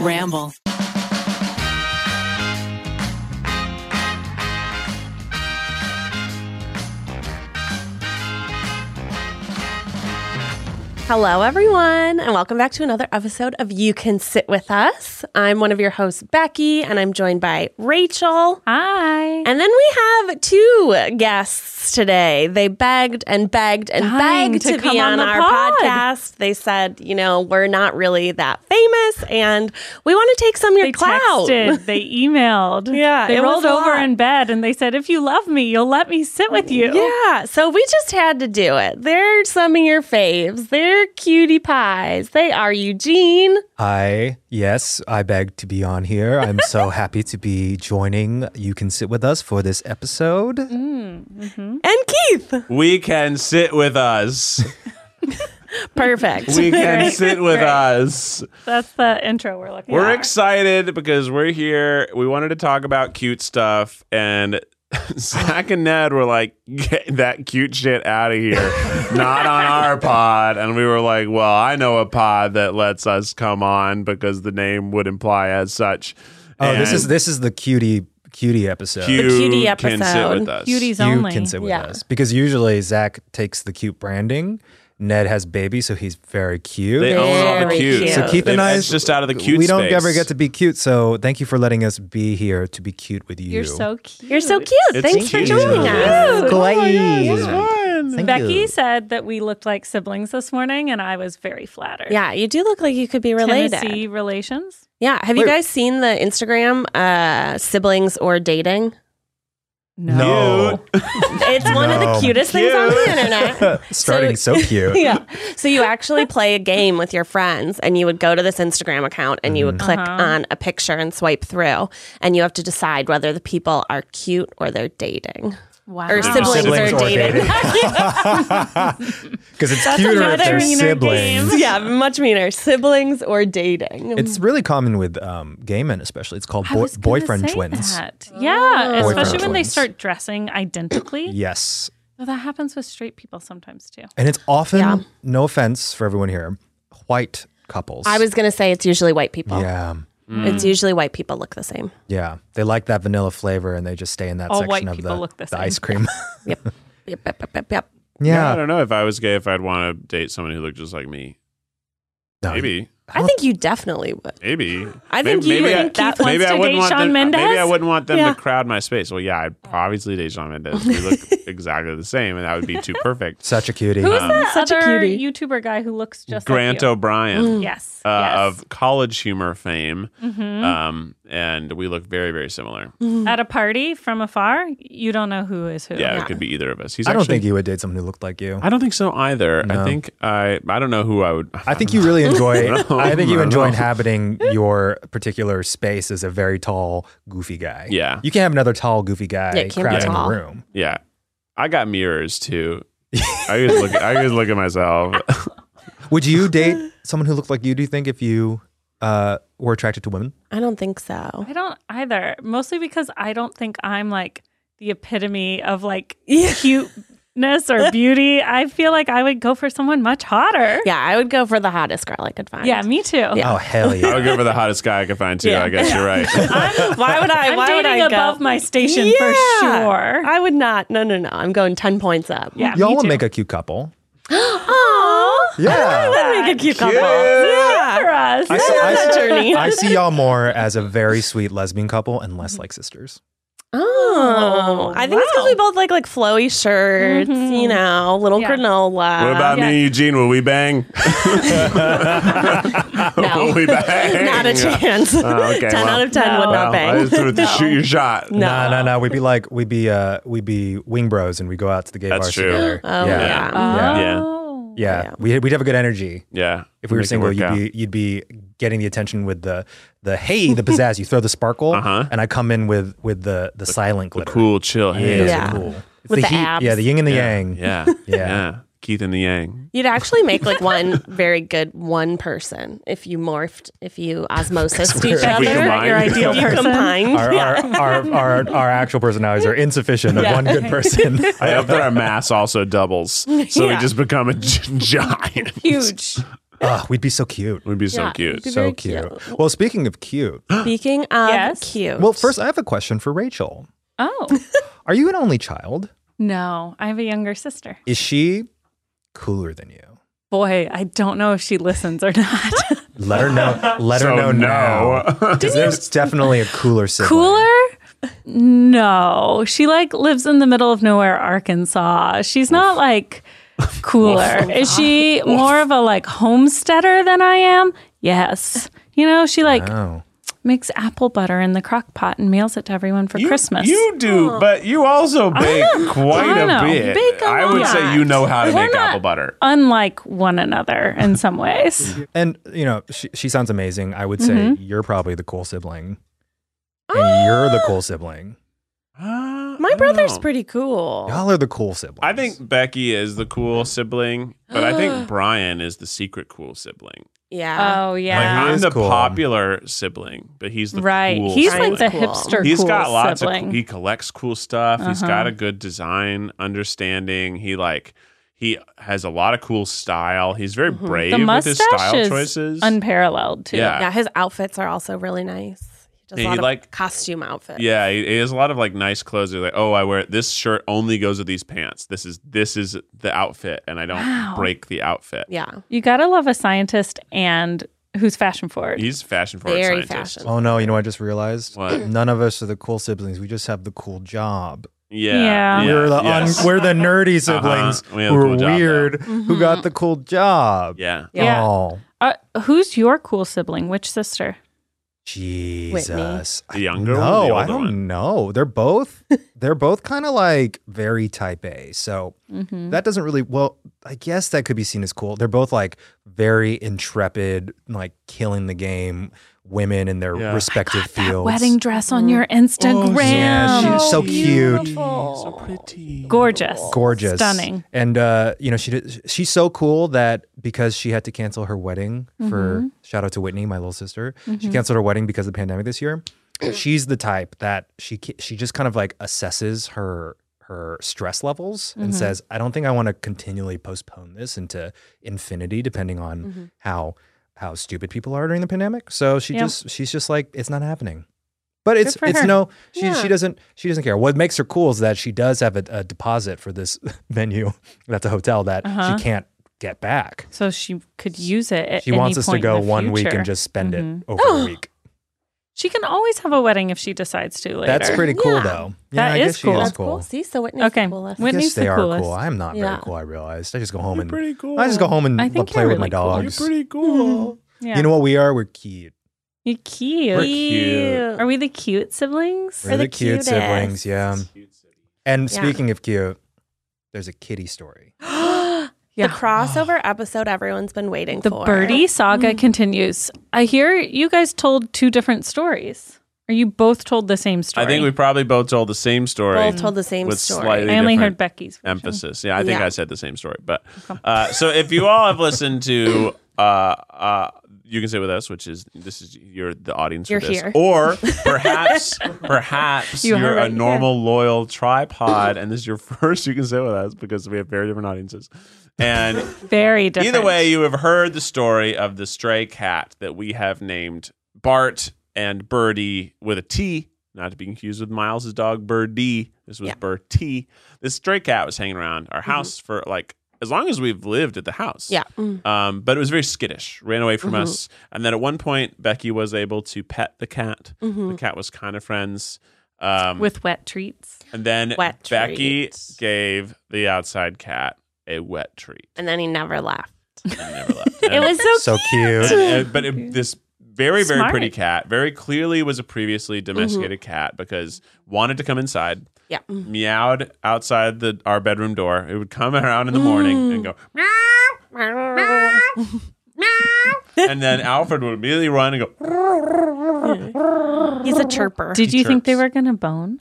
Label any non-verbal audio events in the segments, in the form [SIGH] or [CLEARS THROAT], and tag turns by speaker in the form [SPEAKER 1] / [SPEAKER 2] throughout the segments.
[SPEAKER 1] Ramble.
[SPEAKER 2] Hello, everyone, and welcome back to another episode of You Can Sit With Us. I'm one of your hosts, Becky, and I'm joined by Rachel.
[SPEAKER 3] Hi.
[SPEAKER 2] And then we have two guests today. They begged and begged and
[SPEAKER 3] Dying
[SPEAKER 2] begged
[SPEAKER 3] to
[SPEAKER 2] to, be
[SPEAKER 3] come
[SPEAKER 2] on,
[SPEAKER 3] on the
[SPEAKER 2] our
[SPEAKER 3] pod.
[SPEAKER 2] podcast. They said, you know, we're not really that famous, and we want to take some of your
[SPEAKER 3] They
[SPEAKER 2] clout.
[SPEAKER 3] texted, they emailed.
[SPEAKER 2] Yeah,
[SPEAKER 3] They
[SPEAKER 2] it was
[SPEAKER 3] rolled
[SPEAKER 2] a
[SPEAKER 3] over
[SPEAKER 2] lot.
[SPEAKER 3] in bed and they said, if you love me, you'll let me sit with you.
[SPEAKER 2] [LAUGHS] Yeah, so we just had to do it. They're some of your faves. They're cutie pies. They are Eugene.
[SPEAKER 4] I, yes, I beg to be on here. I'm so
[SPEAKER 5] [LAUGHS]
[SPEAKER 4] happy to be joining. You can sit with us for this episode.
[SPEAKER 5] Mm.
[SPEAKER 2] And Keith.
[SPEAKER 5] We can sit
[SPEAKER 2] [LAUGHS]
[SPEAKER 5] with us.
[SPEAKER 2] Perfect.
[SPEAKER 5] We can sit with us.
[SPEAKER 3] That's the intro we're looking for.
[SPEAKER 5] We're excited because we're here. We wanted to talk about cute stuff, and [LAUGHS] Zach and Ned were like, "Get that cute shit out
[SPEAKER 2] [LAUGHS]
[SPEAKER 5] of here! Not on our pod." And we were like, "Well, I know a pod that lets us come on because the name would imply as such."
[SPEAKER 4] Oh, this
[SPEAKER 5] And
[SPEAKER 4] is this is the cutie cutie episode.
[SPEAKER 5] you
[SPEAKER 2] cutie
[SPEAKER 5] Can sit
[SPEAKER 2] episode.
[SPEAKER 5] with us.
[SPEAKER 3] Cuties
[SPEAKER 4] you
[SPEAKER 3] only.
[SPEAKER 4] can sit with
[SPEAKER 2] Yeah.
[SPEAKER 4] us because usually Zach takes the cute branding. Ned has baby, so he's very cute.
[SPEAKER 5] They own all the
[SPEAKER 2] Very
[SPEAKER 5] cute.
[SPEAKER 2] cute.
[SPEAKER 4] so keep
[SPEAKER 5] They've
[SPEAKER 4] an eye.
[SPEAKER 5] edged us out of the cute.
[SPEAKER 4] We don't
[SPEAKER 5] space.
[SPEAKER 4] ever get to be cute, so thank you for letting us be here to be cute with you.
[SPEAKER 3] You're so cute.
[SPEAKER 2] You're so cute.
[SPEAKER 5] It's
[SPEAKER 2] Thanks for
[SPEAKER 5] cute. Oh
[SPEAKER 2] joining us.
[SPEAKER 3] Becky said that we looked like siblings this morning, and I was very flattered.
[SPEAKER 2] Yeah, you do look like you could be related.
[SPEAKER 3] Tennessee relations.
[SPEAKER 2] Yeah. Have you guys seen the Instagram uh, siblings or dating?
[SPEAKER 5] [LAUGHS]
[SPEAKER 4] No,
[SPEAKER 2] It's one of the
[SPEAKER 4] No.
[SPEAKER 2] cutest things on the internet.
[SPEAKER 4] starting so, cute.
[SPEAKER 2] yeah. So you actually play a game with your friends and you would go to this Instagram account and you would click
[SPEAKER 3] Uh-huh.
[SPEAKER 2] on a picture and swipe through and you have to decide whether the people are cute or they're [LAUGHS] dating.
[SPEAKER 3] Wow.
[SPEAKER 2] Or siblings,
[SPEAKER 4] Siblings
[SPEAKER 2] are
[SPEAKER 4] or
[SPEAKER 2] dating.
[SPEAKER 4] Because it's cuter if
[SPEAKER 3] another
[SPEAKER 4] they're
[SPEAKER 3] meaner game.
[SPEAKER 4] siblings.
[SPEAKER 2] yeah, much meaner. Siblings or dating.
[SPEAKER 4] It's really common with um, gay men, especially. It's called
[SPEAKER 3] Oh. I
[SPEAKER 4] boy-
[SPEAKER 3] was gonna
[SPEAKER 4] boyfriend
[SPEAKER 3] say
[SPEAKER 4] twins.
[SPEAKER 3] that.
[SPEAKER 2] Oh.
[SPEAKER 3] Yeah,
[SPEAKER 4] Boyfriend
[SPEAKER 3] especially when they
[SPEAKER 4] twins.
[SPEAKER 3] start dressing identically.
[SPEAKER 4] Yes.
[SPEAKER 3] Well, that happens with straight people sometimes too.
[SPEAKER 4] And it's often,
[SPEAKER 2] Yeah.
[SPEAKER 4] no offense for everyone here, white couples.
[SPEAKER 2] I was going to say it's usually white people.
[SPEAKER 4] Yeah.
[SPEAKER 2] It's usually white people look the same.
[SPEAKER 4] Yeah. They like that vanilla flavor and they just stay in that
[SPEAKER 3] All white
[SPEAKER 4] section of
[SPEAKER 3] people
[SPEAKER 4] the,
[SPEAKER 3] look the same. [LAUGHS]
[SPEAKER 4] ice cream. [LAUGHS]
[SPEAKER 5] [LAUGHS]
[SPEAKER 2] Yep. yep, yep, yep, yep, yep.
[SPEAKER 5] Yeah, I
[SPEAKER 4] yeah.
[SPEAKER 5] don't know if I was gay if I'd want to date someone who looked just like me.
[SPEAKER 4] No,
[SPEAKER 5] Maybe.
[SPEAKER 2] I think you definitely would.
[SPEAKER 5] Maybe.
[SPEAKER 2] I
[SPEAKER 5] May-
[SPEAKER 2] think you
[SPEAKER 5] maybe
[SPEAKER 2] think Keith
[SPEAKER 5] maybe
[SPEAKER 3] wants to date
[SPEAKER 5] wouldn't want
[SPEAKER 3] Shawn
[SPEAKER 5] them,
[SPEAKER 3] Mendes?
[SPEAKER 5] Maybe I wouldn't want them
[SPEAKER 2] Yeah.
[SPEAKER 5] to crowd my space. Well, yeah, I'd obviously date Sean Mendes. We look
[SPEAKER 3] [LAUGHS]
[SPEAKER 5] exactly the same, and that would be too
[SPEAKER 4] [LAUGHS]
[SPEAKER 5] perfect.
[SPEAKER 4] Such a cutie.
[SPEAKER 5] Um,
[SPEAKER 3] Who is that
[SPEAKER 2] Such a
[SPEAKER 3] other
[SPEAKER 2] cutie.
[SPEAKER 3] YouTuber guy who looks just
[SPEAKER 5] Grant
[SPEAKER 3] like
[SPEAKER 5] O'Brien.
[SPEAKER 3] you? Yes.
[SPEAKER 5] Uh,
[SPEAKER 3] yes.
[SPEAKER 5] Of college humor fame,
[SPEAKER 3] Mhm.
[SPEAKER 5] um, and we look very, very similar.
[SPEAKER 3] At a party from afar, you don't know who is who.
[SPEAKER 5] Yeah, it could be either of us. He's
[SPEAKER 4] I don't
[SPEAKER 5] actually-
[SPEAKER 4] think you would date someone who looked like you.
[SPEAKER 5] I don't think so either. I think I. I don't know who I would.
[SPEAKER 4] I think you really enjoy.
[SPEAKER 5] [LAUGHS] I don't
[SPEAKER 4] I think you
[SPEAKER 5] know.
[SPEAKER 4] enjoy inhabiting your particular space as a very tall, goofy guy.
[SPEAKER 5] Yeah.
[SPEAKER 4] you can't have another tall, goofy guy
[SPEAKER 2] Yeah, it can't be
[SPEAKER 4] crowding
[SPEAKER 2] tall.
[SPEAKER 4] the room.
[SPEAKER 5] Yeah, I got
[SPEAKER 4] [LAUGHS]
[SPEAKER 5] mirrors too. I could look. I could look at myself.
[SPEAKER 4] Would you date someone who looked like you? Do you think if you uh, were attracted to women?
[SPEAKER 2] I don't think so.
[SPEAKER 3] I don't either. Mostly because I don't think I'm like the epitome of like
[SPEAKER 2] Yeah. [LAUGHS]
[SPEAKER 3] cuteness or beauty. I feel like I would go for someone much hotter.
[SPEAKER 2] Yeah, I would go for the hottest girl I could find.
[SPEAKER 3] Yeah, me too.
[SPEAKER 4] Oh
[SPEAKER 2] [LAUGHS]
[SPEAKER 4] hell
[SPEAKER 5] I
[SPEAKER 4] yeah!
[SPEAKER 5] would go for the hottest guy I could find too.
[SPEAKER 2] Yeah.
[SPEAKER 5] I guess you're right.
[SPEAKER 2] [LAUGHS] why would I?
[SPEAKER 3] I'm
[SPEAKER 2] why would
[SPEAKER 3] dating
[SPEAKER 2] I go?
[SPEAKER 3] above my station for
[SPEAKER 2] Yeah.
[SPEAKER 3] sure.
[SPEAKER 2] I would not. No, no, no. I'm going ten points up. [GASPS]
[SPEAKER 3] yeah,
[SPEAKER 4] Y'all
[SPEAKER 3] me
[SPEAKER 4] will
[SPEAKER 3] too.
[SPEAKER 4] make a
[SPEAKER 2] [LAUGHS]
[SPEAKER 4] cute couple.
[SPEAKER 2] Aww. [LAUGHS]
[SPEAKER 4] Yeah,
[SPEAKER 2] That would make a cute couple.
[SPEAKER 5] Cute.
[SPEAKER 2] Yeah.
[SPEAKER 3] for us.
[SPEAKER 4] I see, I,
[SPEAKER 2] That
[SPEAKER 4] see,
[SPEAKER 2] journey.
[SPEAKER 4] I see y'all more as a very sweet lesbian couple and less like sisters.
[SPEAKER 2] Oh, I think it's because we both like like flowy shirts, you know, little
[SPEAKER 3] Mm-hmm. Yeah.
[SPEAKER 2] granola.
[SPEAKER 5] What about
[SPEAKER 3] yeah.
[SPEAKER 5] me, Eugene? Will we bang? [LAUGHS] Will we bang?
[SPEAKER 2] [LAUGHS] [LAUGHS] Not a chance.
[SPEAKER 5] Oh, okay,
[SPEAKER 2] [LAUGHS] ten
[SPEAKER 5] well.
[SPEAKER 2] out of ten
[SPEAKER 3] No.
[SPEAKER 2] would
[SPEAKER 5] Well,
[SPEAKER 2] not
[SPEAKER 5] I
[SPEAKER 2] bang.
[SPEAKER 5] just would Shoot your shot.
[SPEAKER 2] No.
[SPEAKER 4] No, no, no. We'd be like, we'd be, uh, we'd be wing bros, and we go out to the gay
[SPEAKER 5] That's
[SPEAKER 4] bars
[SPEAKER 5] true.
[SPEAKER 4] together.
[SPEAKER 2] Oh yeah.
[SPEAKER 4] yeah, yeah.
[SPEAKER 5] Yeah.
[SPEAKER 3] Oh.
[SPEAKER 4] yeah.
[SPEAKER 2] Yeah.
[SPEAKER 4] We, we'd have a good energy.
[SPEAKER 5] Yeah.
[SPEAKER 4] If we were
[SPEAKER 5] Make it
[SPEAKER 4] single,
[SPEAKER 5] work
[SPEAKER 4] you'd
[SPEAKER 5] out.
[SPEAKER 4] be you'd be getting the attention with the the hey, the pizzazz. you throw the sparkle,
[SPEAKER 5] Uh-huh.
[SPEAKER 4] and I come in with with the the, silent glitter.
[SPEAKER 5] cool, chill.
[SPEAKER 4] Yeah,
[SPEAKER 5] Hey.
[SPEAKER 4] it's
[SPEAKER 2] Yeah.
[SPEAKER 4] cool. It's
[SPEAKER 2] With the
[SPEAKER 4] heat.
[SPEAKER 2] abs.
[SPEAKER 4] Yeah, the yin and the
[SPEAKER 5] Yeah.
[SPEAKER 4] yang. [LAUGHS]
[SPEAKER 5] Yeah.
[SPEAKER 4] Yeah.
[SPEAKER 5] Keith and the Yang.
[SPEAKER 2] You'd actually make like one very good one person if you morphed, if you osmosis to each
[SPEAKER 4] If
[SPEAKER 2] other.
[SPEAKER 5] we combined.
[SPEAKER 3] Your
[SPEAKER 5] [LAUGHS]
[SPEAKER 3] ideal
[SPEAKER 2] you [LAUGHS]
[SPEAKER 3] person.
[SPEAKER 2] combined.
[SPEAKER 4] Our, our, our, our, our actual personalities are insufficient of one good person. [LAUGHS]
[SPEAKER 5] I hope that our mass also doubles. So
[SPEAKER 2] Yeah.
[SPEAKER 5] we just become a gi- [LAUGHS] giant.
[SPEAKER 3] Huge.
[SPEAKER 4] Ah, we'd be so cute.
[SPEAKER 5] Would be so
[SPEAKER 2] Yeah,
[SPEAKER 5] cute.
[SPEAKER 2] it'd be
[SPEAKER 4] So
[SPEAKER 2] very
[SPEAKER 4] cute.
[SPEAKER 2] cute.
[SPEAKER 4] Well, speaking of cute,
[SPEAKER 2] Speaking of
[SPEAKER 3] Yes.
[SPEAKER 2] cute.
[SPEAKER 4] well, first I have a question for Rachel.
[SPEAKER 3] Oh,
[SPEAKER 4] Are you an only child?
[SPEAKER 3] no. I have a younger sister.
[SPEAKER 4] Is she cooler than you?
[SPEAKER 3] Boy, I don't know if she listens or [LAUGHS] not.
[SPEAKER 4] Let her know. Let her
[SPEAKER 5] So
[SPEAKER 4] know now.
[SPEAKER 5] [LAUGHS] no.
[SPEAKER 4] 'Cause there's definitely a cooler sibling.
[SPEAKER 3] Cooler? No. She like lives in the middle of nowhere, Arkansas. She's not like
[SPEAKER 5] [LAUGHS]
[SPEAKER 3] cooler. Is she more of a like homesteader than I am? Yes. You know, she like
[SPEAKER 4] Oh.
[SPEAKER 3] makes apple butter in the crock pot and mails it to everyone for
[SPEAKER 5] You-
[SPEAKER 3] Christmas.
[SPEAKER 5] You do, but you also bake quite
[SPEAKER 3] I
[SPEAKER 5] a
[SPEAKER 3] know.
[SPEAKER 5] bit.
[SPEAKER 3] Bake a
[SPEAKER 5] I would
[SPEAKER 3] lot.
[SPEAKER 5] say you know how to
[SPEAKER 3] We're
[SPEAKER 5] make
[SPEAKER 3] not-
[SPEAKER 5] apple butter.
[SPEAKER 3] Unlike one another
[SPEAKER 5] [LAUGHS]
[SPEAKER 3] in some ways.
[SPEAKER 4] And you know, she, she sounds amazing. I would say you're probably the cool sibling. And you're the cool sibling.
[SPEAKER 2] my brother's pretty cool.
[SPEAKER 4] Y'all are the cool siblings.
[SPEAKER 5] I think Becky is the cool sibling, but I
[SPEAKER 3] [GASPS]
[SPEAKER 5] think Brian is the secret cool sibling.
[SPEAKER 2] Yeah.
[SPEAKER 3] Oh
[SPEAKER 5] Like
[SPEAKER 4] He
[SPEAKER 5] I'm
[SPEAKER 4] is
[SPEAKER 5] the
[SPEAKER 4] cool.
[SPEAKER 5] popular sibling, but he's the
[SPEAKER 3] right.
[SPEAKER 5] Cool
[SPEAKER 3] He's
[SPEAKER 5] sibling.
[SPEAKER 3] like the
[SPEAKER 2] Cool.
[SPEAKER 3] hipster
[SPEAKER 5] He's
[SPEAKER 3] cool
[SPEAKER 5] got lots
[SPEAKER 3] sibling.
[SPEAKER 5] of he collects cool stuff. He's
[SPEAKER 3] Uh-huh.
[SPEAKER 5] got a good design understanding. He like he has a lot of cool style. He's very brave
[SPEAKER 3] Mm-hmm. the
[SPEAKER 5] with his
[SPEAKER 3] mustache
[SPEAKER 5] style
[SPEAKER 3] is
[SPEAKER 5] choices.
[SPEAKER 3] unparalleled too.
[SPEAKER 5] Yeah.
[SPEAKER 2] yeah, his outfits are also really nice. He does a
[SPEAKER 5] Yeah, he
[SPEAKER 2] lot of
[SPEAKER 5] like-
[SPEAKER 2] costume outfits.
[SPEAKER 5] yeah, he, he has a lot of like nice clothes. He's like, oh, I wear this shirt only goes with these pants. This is this is the outfit, and I don't
[SPEAKER 3] Wow.
[SPEAKER 5] break the outfit.
[SPEAKER 2] Yeah.
[SPEAKER 3] You gotta love a scientist and who's
[SPEAKER 2] [LAUGHS]
[SPEAKER 3] fashion forward.
[SPEAKER 5] He's fashion forward
[SPEAKER 2] Very
[SPEAKER 5] scientist.
[SPEAKER 2] fashion.
[SPEAKER 4] Oh no, you know what I just realized? [CLEARS THROAT]
[SPEAKER 5] What?
[SPEAKER 4] None of us are the cool siblings. We just have the cool job.
[SPEAKER 5] Yeah,
[SPEAKER 3] Yeah.
[SPEAKER 4] we're the
[SPEAKER 5] yes.
[SPEAKER 4] un- we're the nerdy
[SPEAKER 5] Uh-huh.
[SPEAKER 4] siblings
[SPEAKER 5] We have
[SPEAKER 4] who
[SPEAKER 5] the
[SPEAKER 4] are
[SPEAKER 5] cool job,
[SPEAKER 4] weird who
[SPEAKER 3] Mm-hmm.
[SPEAKER 4] got the cool job.
[SPEAKER 5] yeah.
[SPEAKER 3] Yeah.
[SPEAKER 4] Oh,
[SPEAKER 3] Uh, who's your cool sibling? Which sister?
[SPEAKER 4] Jesus.
[SPEAKER 5] The younger one or
[SPEAKER 4] No,
[SPEAKER 5] the
[SPEAKER 4] I
[SPEAKER 5] older
[SPEAKER 4] don't
[SPEAKER 5] one?
[SPEAKER 4] know.
[SPEAKER 3] [LAUGHS]
[SPEAKER 4] They're both they're both kind of like very type A. So
[SPEAKER 3] Mm-hmm.
[SPEAKER 4] that doesn't really well, I guess that could be seen as cool. They're both like very intrepid, like killing the game women in their
[SPEAKER 5] Yeah.
[SPEAKER 4] respective fields.
[SPEAKER 3] Wedding dress on your Instagram.
[SPEAKER 4] Oh, yeah,
[SPEAKER 3] Oh,
[SPEAKER 4] she's so cute.
[SPEAKER 5] So pretty.
[SPEAKER 3] Gorgeous.
[SPEAKER 4] gorgeous
[SPEAKER 3] Stunning.
[SPEAKER 4] and uh you know she did, she's so cool that because she had to cancel her wedding
[SPEAKER 3] Mm-hmm.
[SPEAKER 4] for shout out to whitney my little sister she canceled her wedding because of the pandemic this year [CLEARS THROAT] she's the type that she ca- she just kind of like assesses her her stress levels
[SPEAKER 3] Mm-hmm.
[SPEAKER 4] and says i don't think i want to continually postpone this into infinity depending on how how stupid people are during the pandemic so she
[SPEAKER 3] Mm-hmm. Yeah.
[SPEAKER 4] just she's just like it's not happening but it's
[SPEAKER 3] for
[SPEAKER 4] it's
[SPEAKER 3] her.
[SPEAKER 4] no she
[SPEAKER 2] Yeah.
[SPEAKER 4] she doesn't she doesn't care. What makes her cool is that she does have a, a deposit for this [LAUGHS] venue that's a hotel that
[SPEAKER 3] Uh-huh.
[SPEAKER 4] she can't get back.
[SPEAKER 3] So she could use it. At
[SPEAKER 4] She
[SPEAKER 3] any
[SPEAKER 4] wants us to
[SPEAKER 3] point in
[SPEAKER 4] go
[SPEAKER 3] the
[SPEAKER 4] one week
[SPEAKER 3] future.
[SPEAKER 4] and just spend
[SPEAKER 3] Mhm.
[SPEAKER 4] it over
[SPEAKER 3] [GASPS]
[SPEAKER 4] a week.
[SPEAKER 3] She can always have a wedding if she decides to later.
[SPEAKER 4] That's pretty cool
[SPEAKER 2] Yeah.
[SPEAKER 4] though.
[SPEAKER 3] That
[SPEAKER 4] I
[SPEAKER 3] is
[SPEAKER 4] guess she
[SPEAKER 3] cool.
[SPEAKER 4] is
[SPEAKER 2] That's
[SPEAKER 4] cool.
[SPEAKER 2] cool. See, so Whitney's
[SPEAKER 3] Okay.
[SPEAKER 2] the coolest.
[SPEAKER 4] I
[SPEAKER 3] Whitney's
[SPEAKER 4] guess they
[SPEAKER 3] the
[SPEAKER 4] are cool.
[SPEAKER 3] coolest.
[SPEAKER 4] I'm not
[SPEAKER 2] Yeah.
[SPEAKER 4] very cool. I realized. I just go home and
[SPEAKER 5] pretty cool.
[SPEAKER 4] I just go home and
[SPEAKER 3] I think
[SPEAKER 4] play
[SPEAKER 3] you're
[SPEAKER 4] with my
[SPEAKER 3] really cool.
[SPEAKER 4] dogs.
[SPEAKER 5] You're pretty cool.
[SPEAKER 3] yeah.
[SPEAKER 4] You know what we are? We're cute.
[SPEAKER 3] You're cute.
[SPEAKER 5] We're cute.
[SPEAKER 3] Are we the cute siblings? [GASPS]
[SPEAKER 4] We're the, cute
[SPEAKER 2] cutest.
[SPEAKER 4] siblings. Yeah. And
[SPEAKER 2] Yeah.
[SPEAKER 4] speaking of cute, there's a kitty story.
[SPEAKER 3] Yeah.
[SPEAKER 2] The crossover episode everyone's been waiting
[SPEAKER 3] The
[SPEAKER 2] for. Mm.
[SPEAKER 3] birdie saga continues. I hear you guys told two different stories. Are you both told the same story?
[SPEAKER 5] I think we probably both told the same story.
[SPEAKER 2] Both told the same
[SPEAKER 5] With
[SPEAKER 2] story.
[SPEAKER 5] slightly-
[SPEAKER 3] I only
[SPEAKER 5] different
[SPEAKER 3] heard Becky's version.
[SPEAKER 5] emphasis. Yeah, I think
[SPEAKER 2] Yeah.
[SPEAKER 5] I said the same story. But uh, so if you all have listened to, uh, uh, you can sit with us, which is this is you're the audience
[SPEAKER 2] You're
[SPEAKER 5] for this,
[SPEAKER 2] here.
[SPEAKER 5] or
[SPEAKER 2] [LAUGHS]
[SPEAKER 5] perhaps perhaps
[SPEAKER 3] You
[SPEAKER 5] you
[SPEAKER 3] are
[SPEAKER 5] are a
[SPEAKER 3] right, yeah.
[SPEAKER 5] normal loyal tripod, and this is your [LAUGHS] first. You can sit with us because we have very different audiences, and
[SPEAKER 3] Very different.
[SPEAKER 5] Either way, you have heard the story of the stray cat that we have named Bart and Birdie with a T, not to be confused with Miles's dog Birdie. This was
[SPEAKER 2] Yeah. Mm-hmm.
[SPEAKER 5] Bertie. This stray cat was hanging around our house for like as long as we've lived at the house.
[SPEAKER 2] Yeah. Mm. Mm-hmm.
[SPEAKER 5] Um, but it was very skittish, ran away from us. And then at one point, Becky was able to pet the cat.
[SPEAKER 2] Mm-hmm.
[SPEAKER 5] The cat was kind of friends. Um,
[SPEAKER 3] with wet treats.
[SPEAKER 5] and then
[SPEAKER 2] Wet
[SPEAKER 5] Becky
[SPEAKER 2] treats.
[SPEAKER 5] gave the outside cat a wet treat
[SPEAKER 2] And then he never left.
[SPEAKER 5] and
[SPEAKER 2] [LAUGHS]
[SPEAKER 5] never left.
[SPEAKER 2] It
[SPEAKER 5] And-
[SPEAKER 2] was so
[SPEAKER 4] So cute.
[SPEAKER 3] [LAUGHS]
[SPEAKER 5] and- and- but it, this very very
[SPEAKER 3] Smart. Mm-hmm.
[SPEAKER 5] pretty cat very clearly was a previously domesticated cat because wanted to come inside
[SPEAKER 2] Yeah. Mm.
[SPEAKER 5] meowed outside the our bedroom door it would come [LAUGHS] around in the morning and go meow meow
[SPEAKER 3] Mm.
[SPEAKER 5] [LAUGHS] and then alfred would immediately run and go
[SPEAKER 2] He's a chirper.
[SPEAKER 3] [LAUGHS] Did you think they
[SPEAKER 5] chirps.
[SPEAKER 3] were going to bone?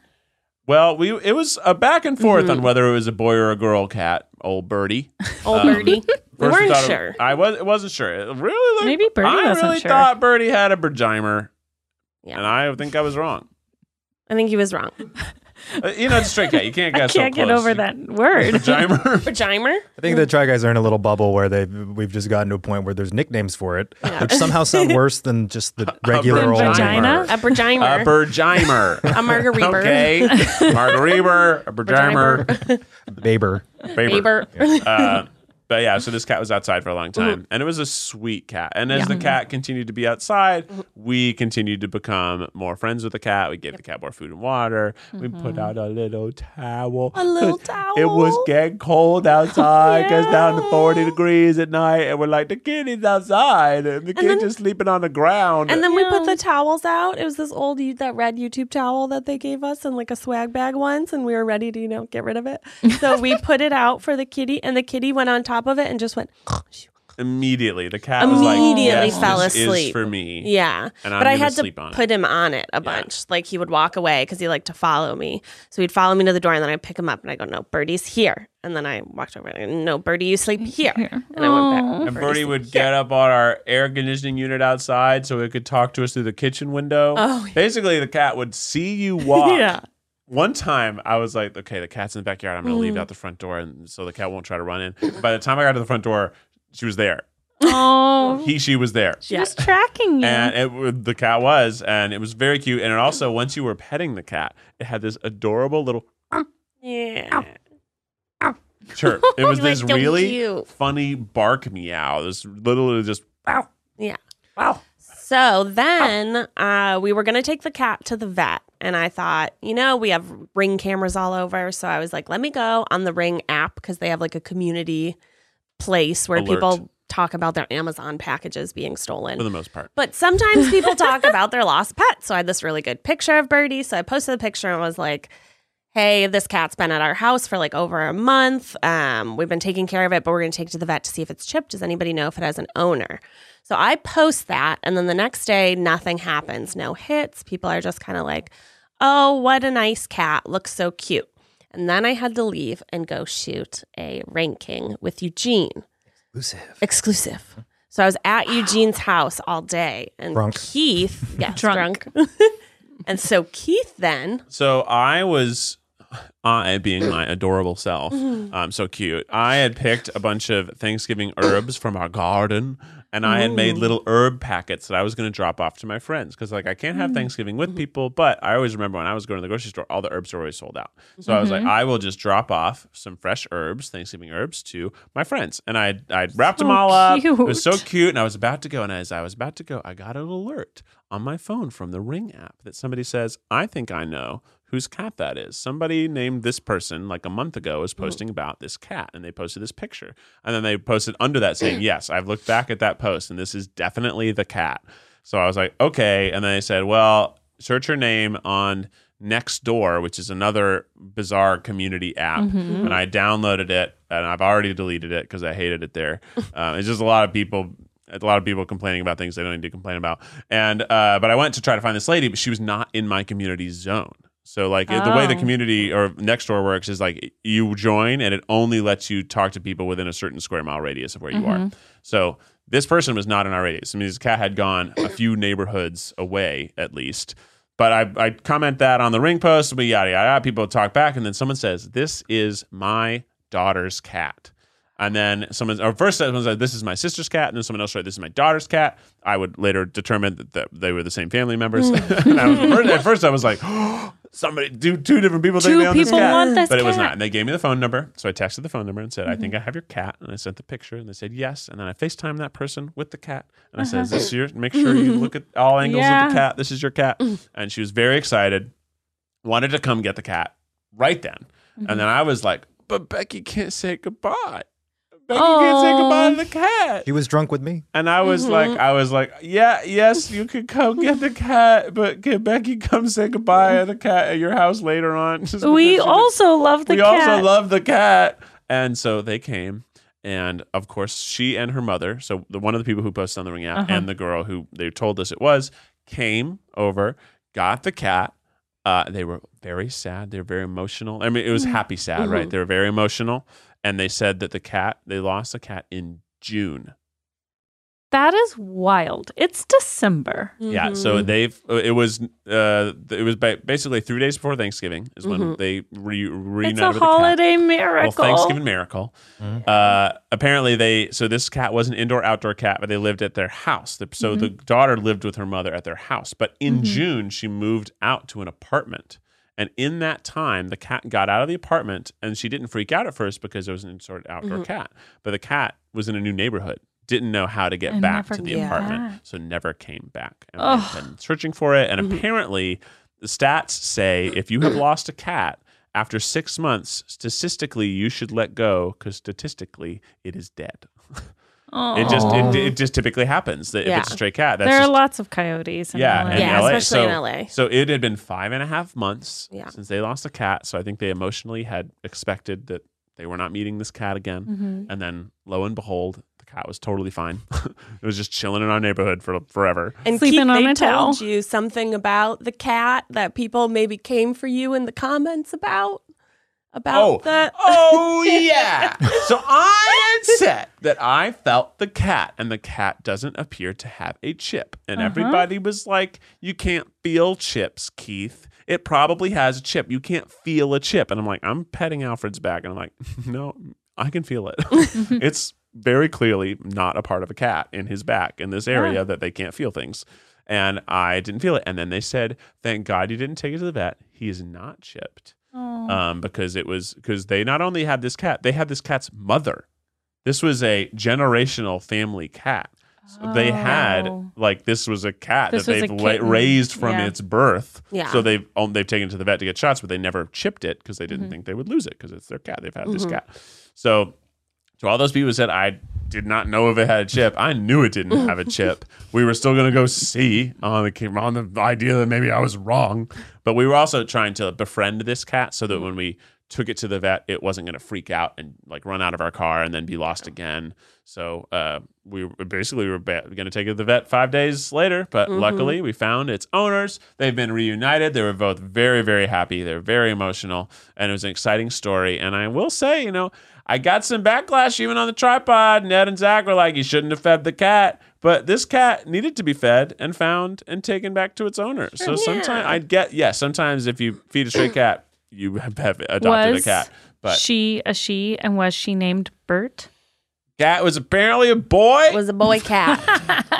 [SPEAKER 5] well we it was a back and forth
[SPEAKER 3] Mm-hmm.
[SPEAKER 5] on whether it was a boy or a girl cat old
[SPEAKER 3] [LAUGHS]
[SPEAKER 5] birdie
[SPEAKER 2] Old birdie. we
[SPEAKER 5] First
[SPEAKER 2] weren't
[SPEAKER 5] Uh, thought it-
[SPEAKER 2] sure.
[SPEAKER 5] i was, wasn't sure It really like,
[SPEAKER 3] Maybe Birdie
[SPEAKER 5] i
[SPEAKER 3] wasn't
[SPEAKER 5] really
[SPEAKER 3] sure.
[SPEAKER 5] thought birdie had a bergimer
[SPEAKER 2] Yeah.
[SPEAKER 5] and i think i was wrong
[SPEAKER 2] I think he was wrong.
[SPEAKER 5] Uh, You know, it's a straight cat. You can't get
[SPEAKER 3] [LAUGHS] I
[SPEAKER 5] so
[SPEAKER 3] can't get
[SPEAKER 5] close.
[SPEAKER 3] over that word. [LAUGHS]
[SPEAKER 5] Jimer.
[SPEAKER 2] Vagimer?
[SPEAKER 4] I think the Try Guys are in a little bubble where they we've just gotten to a point where there's nicknames for it, which somehow
[SPEAKER 3] [LAUGHS]
[SPEAKER 4] sound worse than just the regular old.
[SPEAKER 3] Than vagina?
[SPEAKER 2] A Bergimer.
[SPEAKER 5] A Bergimer.
[SPEAKER 2] a Margareber.
[SPEAKER 5] [LAUGHS] Okay. Margareber. A Bergimer.
[SPEAKER 4] Baber.
[SPEAKER 5] Baber.
[SPEAKER 2] Eber.
[SPEAKER 5] Uh, but yeah, so this cat was outside for a long time, and it was a sweet cat. And as the cat continued to be outside, we continued to become more friends with the cat. We gave the cat more food and water. We put out a little towel.
[SPEAKER 3] A little
[SPEAKER 5] It was
[SPEAKER 3] towel.
[SPEAKER 5] getting cold outside, gets down to
[SPEAKER 3] Yeah.
[SPEAKER 5] 40 degrees at night, and we're like, the kitty's outside, and the kid is sleeping on the ground.
[SPEAKER 2] And then we put the towels out. It was this old, you- that red YouTube towel that they gave us in like a swag bag once, and we were ready to, you know, get rid of it. So we put it out for the kitty, and the kitty went on top of it and just went,
[SPEAKER 5] immediately, the cat
[SPEAKER 2] Immediately
[SPEAKER 5] was like, yes,
[SPEAKER 2] fell
[SPEAKER 5] this is
[SPEAKER 2] asleep.
[SPEAKER 5] for me.
[SPEAKER 2] yeah.
[SPEAKER 5] And I'm
[SPEAKER 2] but I
[SPEAKER 5] gonna
[SPEAKER 2] had to
[SPEAKER 5] sleep on it.
[SPEAKER 2] put him on it a bunch. Like he would walk away because he liked to follow me. So he'd follow me to the door, and then I'd pick him up, and I go, no, Birdie's here. And then I walked over, and no, Birdie, you sleep
[SPEAKER 3] [LAUGHS]
[SPEAKER 2] here. And I went back.
[SPEAKER 5] And Birdie would get up on our air conditioning unit outside so it could talk to us through the kitchen window.
[SPEAKER 2] Oh, yeah.
[SPEAKER 5] Basically, the cat would see you
[SPEAKER 3] Oh.
[SPEAKER 2] [LAUGHS]
[SPEAKER 5] walk. [LAUGHS]
[SPEAKER 2] Yeah.
[SPEAKER 5] One time, I was like, okay, the cat's in the backyard. I'm going to leave
[SPEAKER 2] Mm.
[SPEAKER 5] it out the front door and so the cat won't try to run in. By the time I got to the front door, she was there.
[SPEAKER 3] Oh,
[SPEAKER 5] He, she was there.
[SPEAKER 3] she was tracking you.
[SPEAKER 5] And it wa- the cat was, and it was very cute. And it also, once you were petting the cat, it had this adorable little
[SPEAKER 2] Yeah.
[SPEAKER 3] [LAUGHS]
[SPEAKER 5] chirp. It was
[SPEAKER 2] Like,
[SPEAKER 5] this
[SPEAKER 2] so
[SPEAKER 5] really
[SPEAKER 2] cute.
[SPEAKER 5] funny bark meow. This little just
[SPEAKER 2] Yeah.
[SPEAKER 5] wow.
[SPEAKER 2] So then uh, we were going to take the cat to the vet. And I thought, you know, we have ring cameras all over. So I was like, let me go on the ring app because they have like a community place where
[SPEAKER 5] Alert.
[SPEAKER 2] people talk about their Amazon packages being stolen.
[SPEAKER 5] for the most part.
[SPEAKER 2] But sometimes people talk about their lost pet. So I had this really good picture of Birdie. So I posted the picture and was like, hey, this cat's been at our house for like over a month. Um, we've been taking care of it, but we're going to take it to the vet to see if it's chipped. Does anybody know if it has an owner? So I post that. And then the next day, nothing happens. No hits. People are just kind of like, oh, what a nice cat. Looks so cute. And then I had to leave and go shoot a ranking with Eugene
[SPEAKER 4] Exclusive.
[SPEAKER 2] exclusive. So I was at Eugene's house all day, and
[SPEAKER 3] [LAUGHS]
[SPEAKER 4] Drunk.
[SPEAKER 2] Keith, yes,
[SPEAKER 3] Drunk.
[SPEAKER 2] drunk. [LAUGHS] and so Keith then,
[SPEAKER 5] So I was, I being my
[SPEAKER 3] [COUGHS]
[SPEAKER 5] adorable self,
[SPEAKER 3] Mm-hmm.
[SPEAKER 5] um, so cute. I had picked a bunch of Thanksgiving herbs from our garden, and I had made little herb packets that I was going to drop off to my friends because, like, I can't
[SPEAKER 3] Mm-hmm.
[SPEAKER 5] have Thanksgiving with people. But I always remember when I was going to the grocery store, all the herbs were always sold out. So I was
[SPEAKER 3] Mm-hmm.
[SPEAKER 5] like, I will just drop off some fresh herbs, Thanksgiving herbs, to my friends, and I I wrapped them
[SPEAKER 3] So
[SPEAKER 5] all up. It was
[SPEAKER 3] cute.
[SPEAKER 5] so cute. And I was about to go. And as I was about to go, I got an alert on my phone from the Ring app that somebody says, I think I know whose cat that is. Somebody named this person like a month ago was posting about this cat and they posted this picture. And then they posted under that saying, Yes, I've looked back at that post and this is definitely the cat. So I was like, Okay. And then they said, Well, search her name on Nextdoor, which is another bizarre community app, and I downloaded it, and I've already deleted it because I hated it there. um, it's just a lot of people, a lot of people complaining about things they don't need to complain about. And uh, but I went to try to find this lady, but she was not in my community zone. So like the way the
[SPEAKER 3] Oh.
[SPEAKER 5] community or Nextdoor works is like you join, and it only lets you talk to people within a certain square mile radius of where you are. So. This person was not in our radius. I mean, this cat had gone a few neighborhoods away, at least. But I, I comment that on the ring post, but yada yada. yada. People talk back, and then someone says, "This is my daughter's cat." And then someone, or first someone said, "This is my sister's cat," and then someone else said, "This is my daughter's cat." I would later determine that, that they were the same family members. [LAUGHS] And I was- at first- at first, I was like, "Somebody, do two different people think
[SPEAKER 3] Two
[SPEAKER 5] they own this
[SPEAKER 3] people
[SPEAKER 5] cat?"
[SPEAKER 3] want this
[SPEAKER 5] but it was
[SPEAKER 3] cat. Mm-hmm.
[SPEAKER 5] not. And they gave me the phone number, so I texted the phone number and said, "I think I have your cat." And I sent the picture, and they said yes. And then I Facetime that person with the cat, and I said, "Is this your? Make sure you look at
[SPEAKER 3] [LAUGHS]
[SPEAKER 5] all angles of
[SPEAKER 3] Uh-huh. Yeah. Mm.
[SPEAKER 5] the cat. This is your cat." And she was very excited, wanted to come get the cat right then.
[SPEAKER 3] Mm-hmm.
[SPEAKER 5] And then I was like, "But Becky can't say goodbye. Becky can't say goodbye to
[SPEAKER 3] Aw.
[SPEAKER 5] the cat."
[SPEAKER 4] He was drunk with me.
[SPEAKER 5] And I was like,
[SPEAKER 3] Mm-hmm.
[SPEAKER 5] I was like, yeah, yes, you could come get the cat, but can Becky come say goodbye to the cat at your house later on? [LAUGHS] Just because
[SPEAKER 3] we
[SPEAKER 5] she was-
[SPEAKER 3] also love the
[SPEAKER 5] we
[SPEAKER 3] cat.
[SPEAKER 5] also love the cat. And so they came. And of course, she and her mother, so the one of the people who posted on the ring app
[SPEAKER 3] Uh-huh.
[SPEAKER 5] and the girl who they told us it was, came over, got the cat. Uh, they were very sad. They were very emotional. I mean, it was
[SPEAKER 3] Mm-hmm.
[SPEAKER 5] happy sad, right? They were very emotional. And they said that the cat, they lost the cat in June.
[SPEAKER 3] That is wild. It's December.
[SPEAKER 5] Yeah,
[SPEAKER 3] Mm-hmm.
[SPEAKER 5] so they've uh, it was uh it was ba- basically three days before Thanksgiving is when they re-
[SPEAKER 3] Mm-hmm.
[SPEAKER 5] reunited.
[SPEAKER 3] It's a
[SPEAKER 5] with the cat.
[SPEAKER 3] holiday miracle.
[SPEAKER 5] Well, Thanksgiving miracle. Uh, apparently, they so this cat was an indoor outdoor cat, but they lived at their house. The- so the
[SPEAKER 3] Mm-hmm.
[SPEAKER 5] daughter lived with her mother at their house. But in June, she moved out to an apartment. And in that time, the cat got out of the apartment, and she didn't freak out at first because it was an indoor outdoor
[SPEAKER 3] Mm-hmm.
[SPEAKER 5] cat. But the cat was in a new neighborhood, didn't know how to get
[SPEAKER 3] And
[SPEAKER 5] back
[SPEAKER 3] never
[SPEAKER 5] to the
[SPEAKER 3] came
[SPEAKER 5] apartment,
[SPEAKER 3] back.
[SPEAKER 5] so never came back. And they've been searching for it, and
[SPEAKER 2] Mm-hmm.
[SPEAKER 5] apparently, the stats say if you have lost a cat after six months, statistically, you should let go because statistically, it is dead. It just it, it just typically happens that if it's
[SPEAKER 2] Yeah.
[SPEAKER 5] a stray cat, that's
[SPEAKER 3] there are
[SPEAKER 5] just,
[SPEAKER 3] lots of coyotes. In
[SPEAKER 5] yeah,
[SPEAKER 3] LA.
[SPEAKER 5] in
[SPEAKER 2] Yeah,
[SPEAKER 5] LA.
[SPEAKER 2] especially
[SPEAKER 5] so,
[SPEAKER 2] in LA.
[SPEAKER 5] So it had been five and a half months
[SPEAKER 2] Yeah.
[SPEAKER 5] since they lost a cat. So I think they emotionally had expected that they were not meeting this cat again.
[SPEAKER 2] Mm-hmm.
[SPEAKER 5] And then lo and behold, the cat was totally fine. [LAUGHS] it was just chilling in our neighborhood for forever.
[SPEAKER 2] And
[SPEAKER 3] Sleeping
[SPEAKER 2] Keith,
[SPEAKER 3] on
[SPEAKER 2] they
[SPEAKER 3] a
[SPEAKER 2] told
[SPEAKER 3] towel.
[SPEAKER 2] you something about the cat that people maybe came for you in the comments about about
[SPEAKER 5] Oh.
[SPEAKER 2] the
[SPEAKER 5] Oh yeah. so I had said that I felt the cat, and the cat doesn't appear to have a chip. And everybody was like, "You can't feel chips, Keith. It probably has a chip. You can't feel a chip." And I'm like, "I'm petting Alfred's back," and I'm like, [LAUGHS] "No, I can feel it. [LAUGHS] it's very clearly not a part of a cat in his back in this area that they can't feel things." And I didn't feel it. And then they said, "Thank God you didn't take it to the vet. He is not chipped."
[SPEAKER 3] Oh.
[SPEAKER 5] um, because it was because they not only had this cat, they had this cat's mother. This was a generational family cat. So They had
[SPEAKER 3] Oh.
[SPEAKER 5] like this was a cat
[SPEAKER 3] This
[SPEAKER 5] that
[SPEAKER 3] was a
[SPEAKER 5] they've la-
[SPEAKER 3] kitten.
[SPEAKER 5] raised from
[SPEAKER 3] Yeah.
[SPEAKER 5] its birth.
[SPEAKER 2] Yeah.
[SPEAKER 5] So they've um, they've taken it to the vet to get shots, but they never chipped it because they didn't
[SPEAKER 3] Mm-hmm.
[SPEAKER 5] think they would lose it because it's their cat. They've had this cat. So to all those people who said I did not know if it had a chip, I knew it didn't have a chip. We were still going to go see on the on the idea that maybe I was wrong, but we were also trying to befriend this cat so that when we took it to the vet, it wasn't going to freak out and like run out of our car and then be lost again. So uh, we were- basically we were going to take it to the vet five days later, but luckily we found its owners. They've been reunited. They were both very very happy. They're very emotional, and it was an exciting story. And I will say, you know. I got some backlash even on the tripod. Ned and Zach were like, you shouldn't have fed the cat. But this cat needed to be fed and found and taken back to its owner. So sometimes I get, yeah, sometimes if you feed a stray cat, you have have adopted
[SPEAKER 3] Was
[SPEAKER 5] a cat. But
[SPEAKER 3] she a she, and was she named Bert?
[SPEAKER 5] cat was apparently a boy.
[SPEAKER 2] [LAUGHS] was a boy
[SPEAKER 5] [LAUGHS]
[SPEAKER 2] cat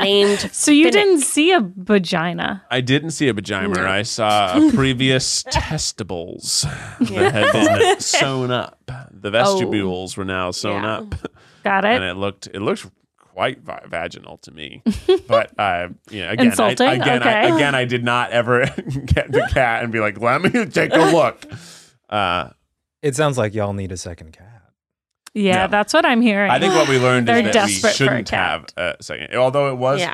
[SPEAKER 2] named
[SPEAKER 3] So you didn't see a vagina.
[SPEAKER 5] I didn't see a vagina.
[SPEAKER 2] [LAUGHS]
[SPEAKER 5] I saw a previous testables [LAUGHS] that
[SPEAKER 2] [LAUGHS]
[SPEAKER 5] had been sewn up. The vestibules were now sewn
[SPEAKER 2] Yeah.
[SPEAKER 5] up.
[SPEAKER 3] Got it?
[SPEAKER 5] and it looked it looked quite vi- vaginal
[SPEAKER 3] [LAUGHS]
[SPEAKER 5] to me. but uh, you know, again,
[SPEAKER 3] Insulting?
[SPEAKER 5] I, again,
[SPEAKER 3] Okay.
[SPEAKER 5] I, again, I did not ever [LAUGHS] get the cat and be like, "Let me take a look." Uh,
[SPEAKER 4] It sounds like y'all need a second cat.
[SPEAKER 3] yeah,
[SPEAKER 5] No.
[SPEAKER 3] that's what I'm hearing.
[SPEAKER 5] I think what we learned
[SPEAKER 3] They're
[SPEAKER 5] is that we
[SPEAKER 3] desperate for a
[SPEAKER 5] shouldn't have
[SPEAKER 3] cat.
[SPEAKER 5] a second. Although it was
[SPEAKER 2] yeah.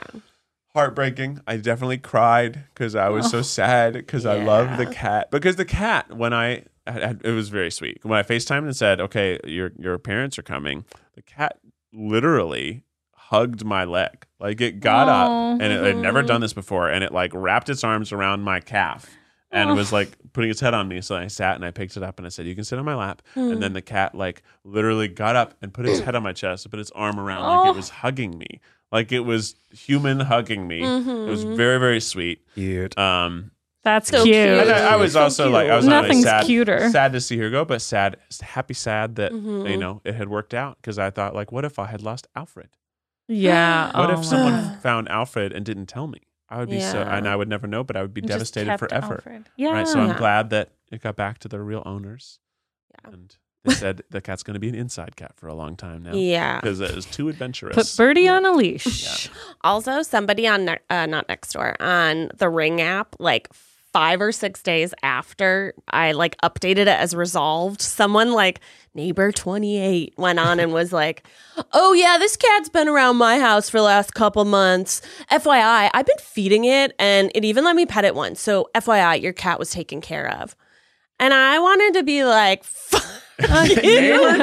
[SPEAKER 5] heartbreaking. I definitely cried because I was so sad because I love the cat. Because the cat, when I, I, it was very sweet. When I FaceTimed and said, "Okay, your your parents are coming," the cat literally hugged my leg. Like it got
[SPEAKER 3] Aw.
[SPEAKER 5] up and it had never done this before, and it like wrapped its arms around my calf. And was like putting its head on me. So I sat and I picked it up and I said, You can sit on my lap. And then the cat, like, literally got up and put its head on my chest and put its arm around like
[SPEAKER 3] Oh.
[SPEAKER 5] it was hugging me like it was human hugging me. It was
[SPEAKER 3] Mm-hmm.
[SPEAKER 5] very very sweet.
[SPEAKER 3] [LAUGHS]
[SPEAKER 4] Cute.
[SPEAKER 5] Um,
[SPEAKER 3] that's
[SPEAKER 2] So
[SPEAKER 3] cute.
[SPEAKER 2] cute.
[SPEAKER 5] and I, I was
[SPEAKER 2] So
[SPEAKER 5] also like I was
[SPEAKER 3] cute.
[SPEAKER 5] not only
[SPEAKER 3] Nothing's
[SPEAKER 5] sad,
[SPEAKER 3] cuter. Mm-hmm.
[SPEAKER 5] sad to see her go, but sad, happy, sad that you know it had worked out because I thought like, what if I had lost Alfred?
[SPEAKER 3] yeah. [GASPS]
[SPEAKER 5] What
[SPEAKER 3] oh
[SPEAKER 5] if someone
[SPEAKER 3] my- [SIGHS]
[SPEAKER 5] found Alfred and didn't tell me? I would be so,
[SPEAKER 2] Yeah.
[SPEAKER 5] and I would never know, but I would be
[SPEAKER 3] Just
[SPEAKER 5] devastated
[SPEAKER 3] kept
[SPEAKER 5] forever.
[SPEAKER 3] Alfred. Yeah.
[SPEAKER 5] Right. So I'm
[SPEAKER 2] Yeah.
[SPEAKER 5] glad that it got back to their real owners, and they said the cat's going to be an inside cat for a long
[SPEAKER 3] [LAUGHS]
[SPEAKER 5] time now.
[SPEAKER 2] Yeah.
[SPEAKER 5] Because it was too adventurous.
[SPEAKER 3] Put Birdie on a leash.
[SPEAKER 2] Also, somebody on Ne- uh, not next door on the Ring app, like five or six days after I like updated it as resolved, someone like neighbor twenty eight went on and was like, "Oh yeah, this cat's been around my house for the last couple months. FYI, I've been feeding it, and it even let me pet
[SPEAKER 5] [LAUGHS]
[SPEAKER 2] it once. So FYI, your cat was taken care of." And I wanted to be like,
[SPEAKER 5] They were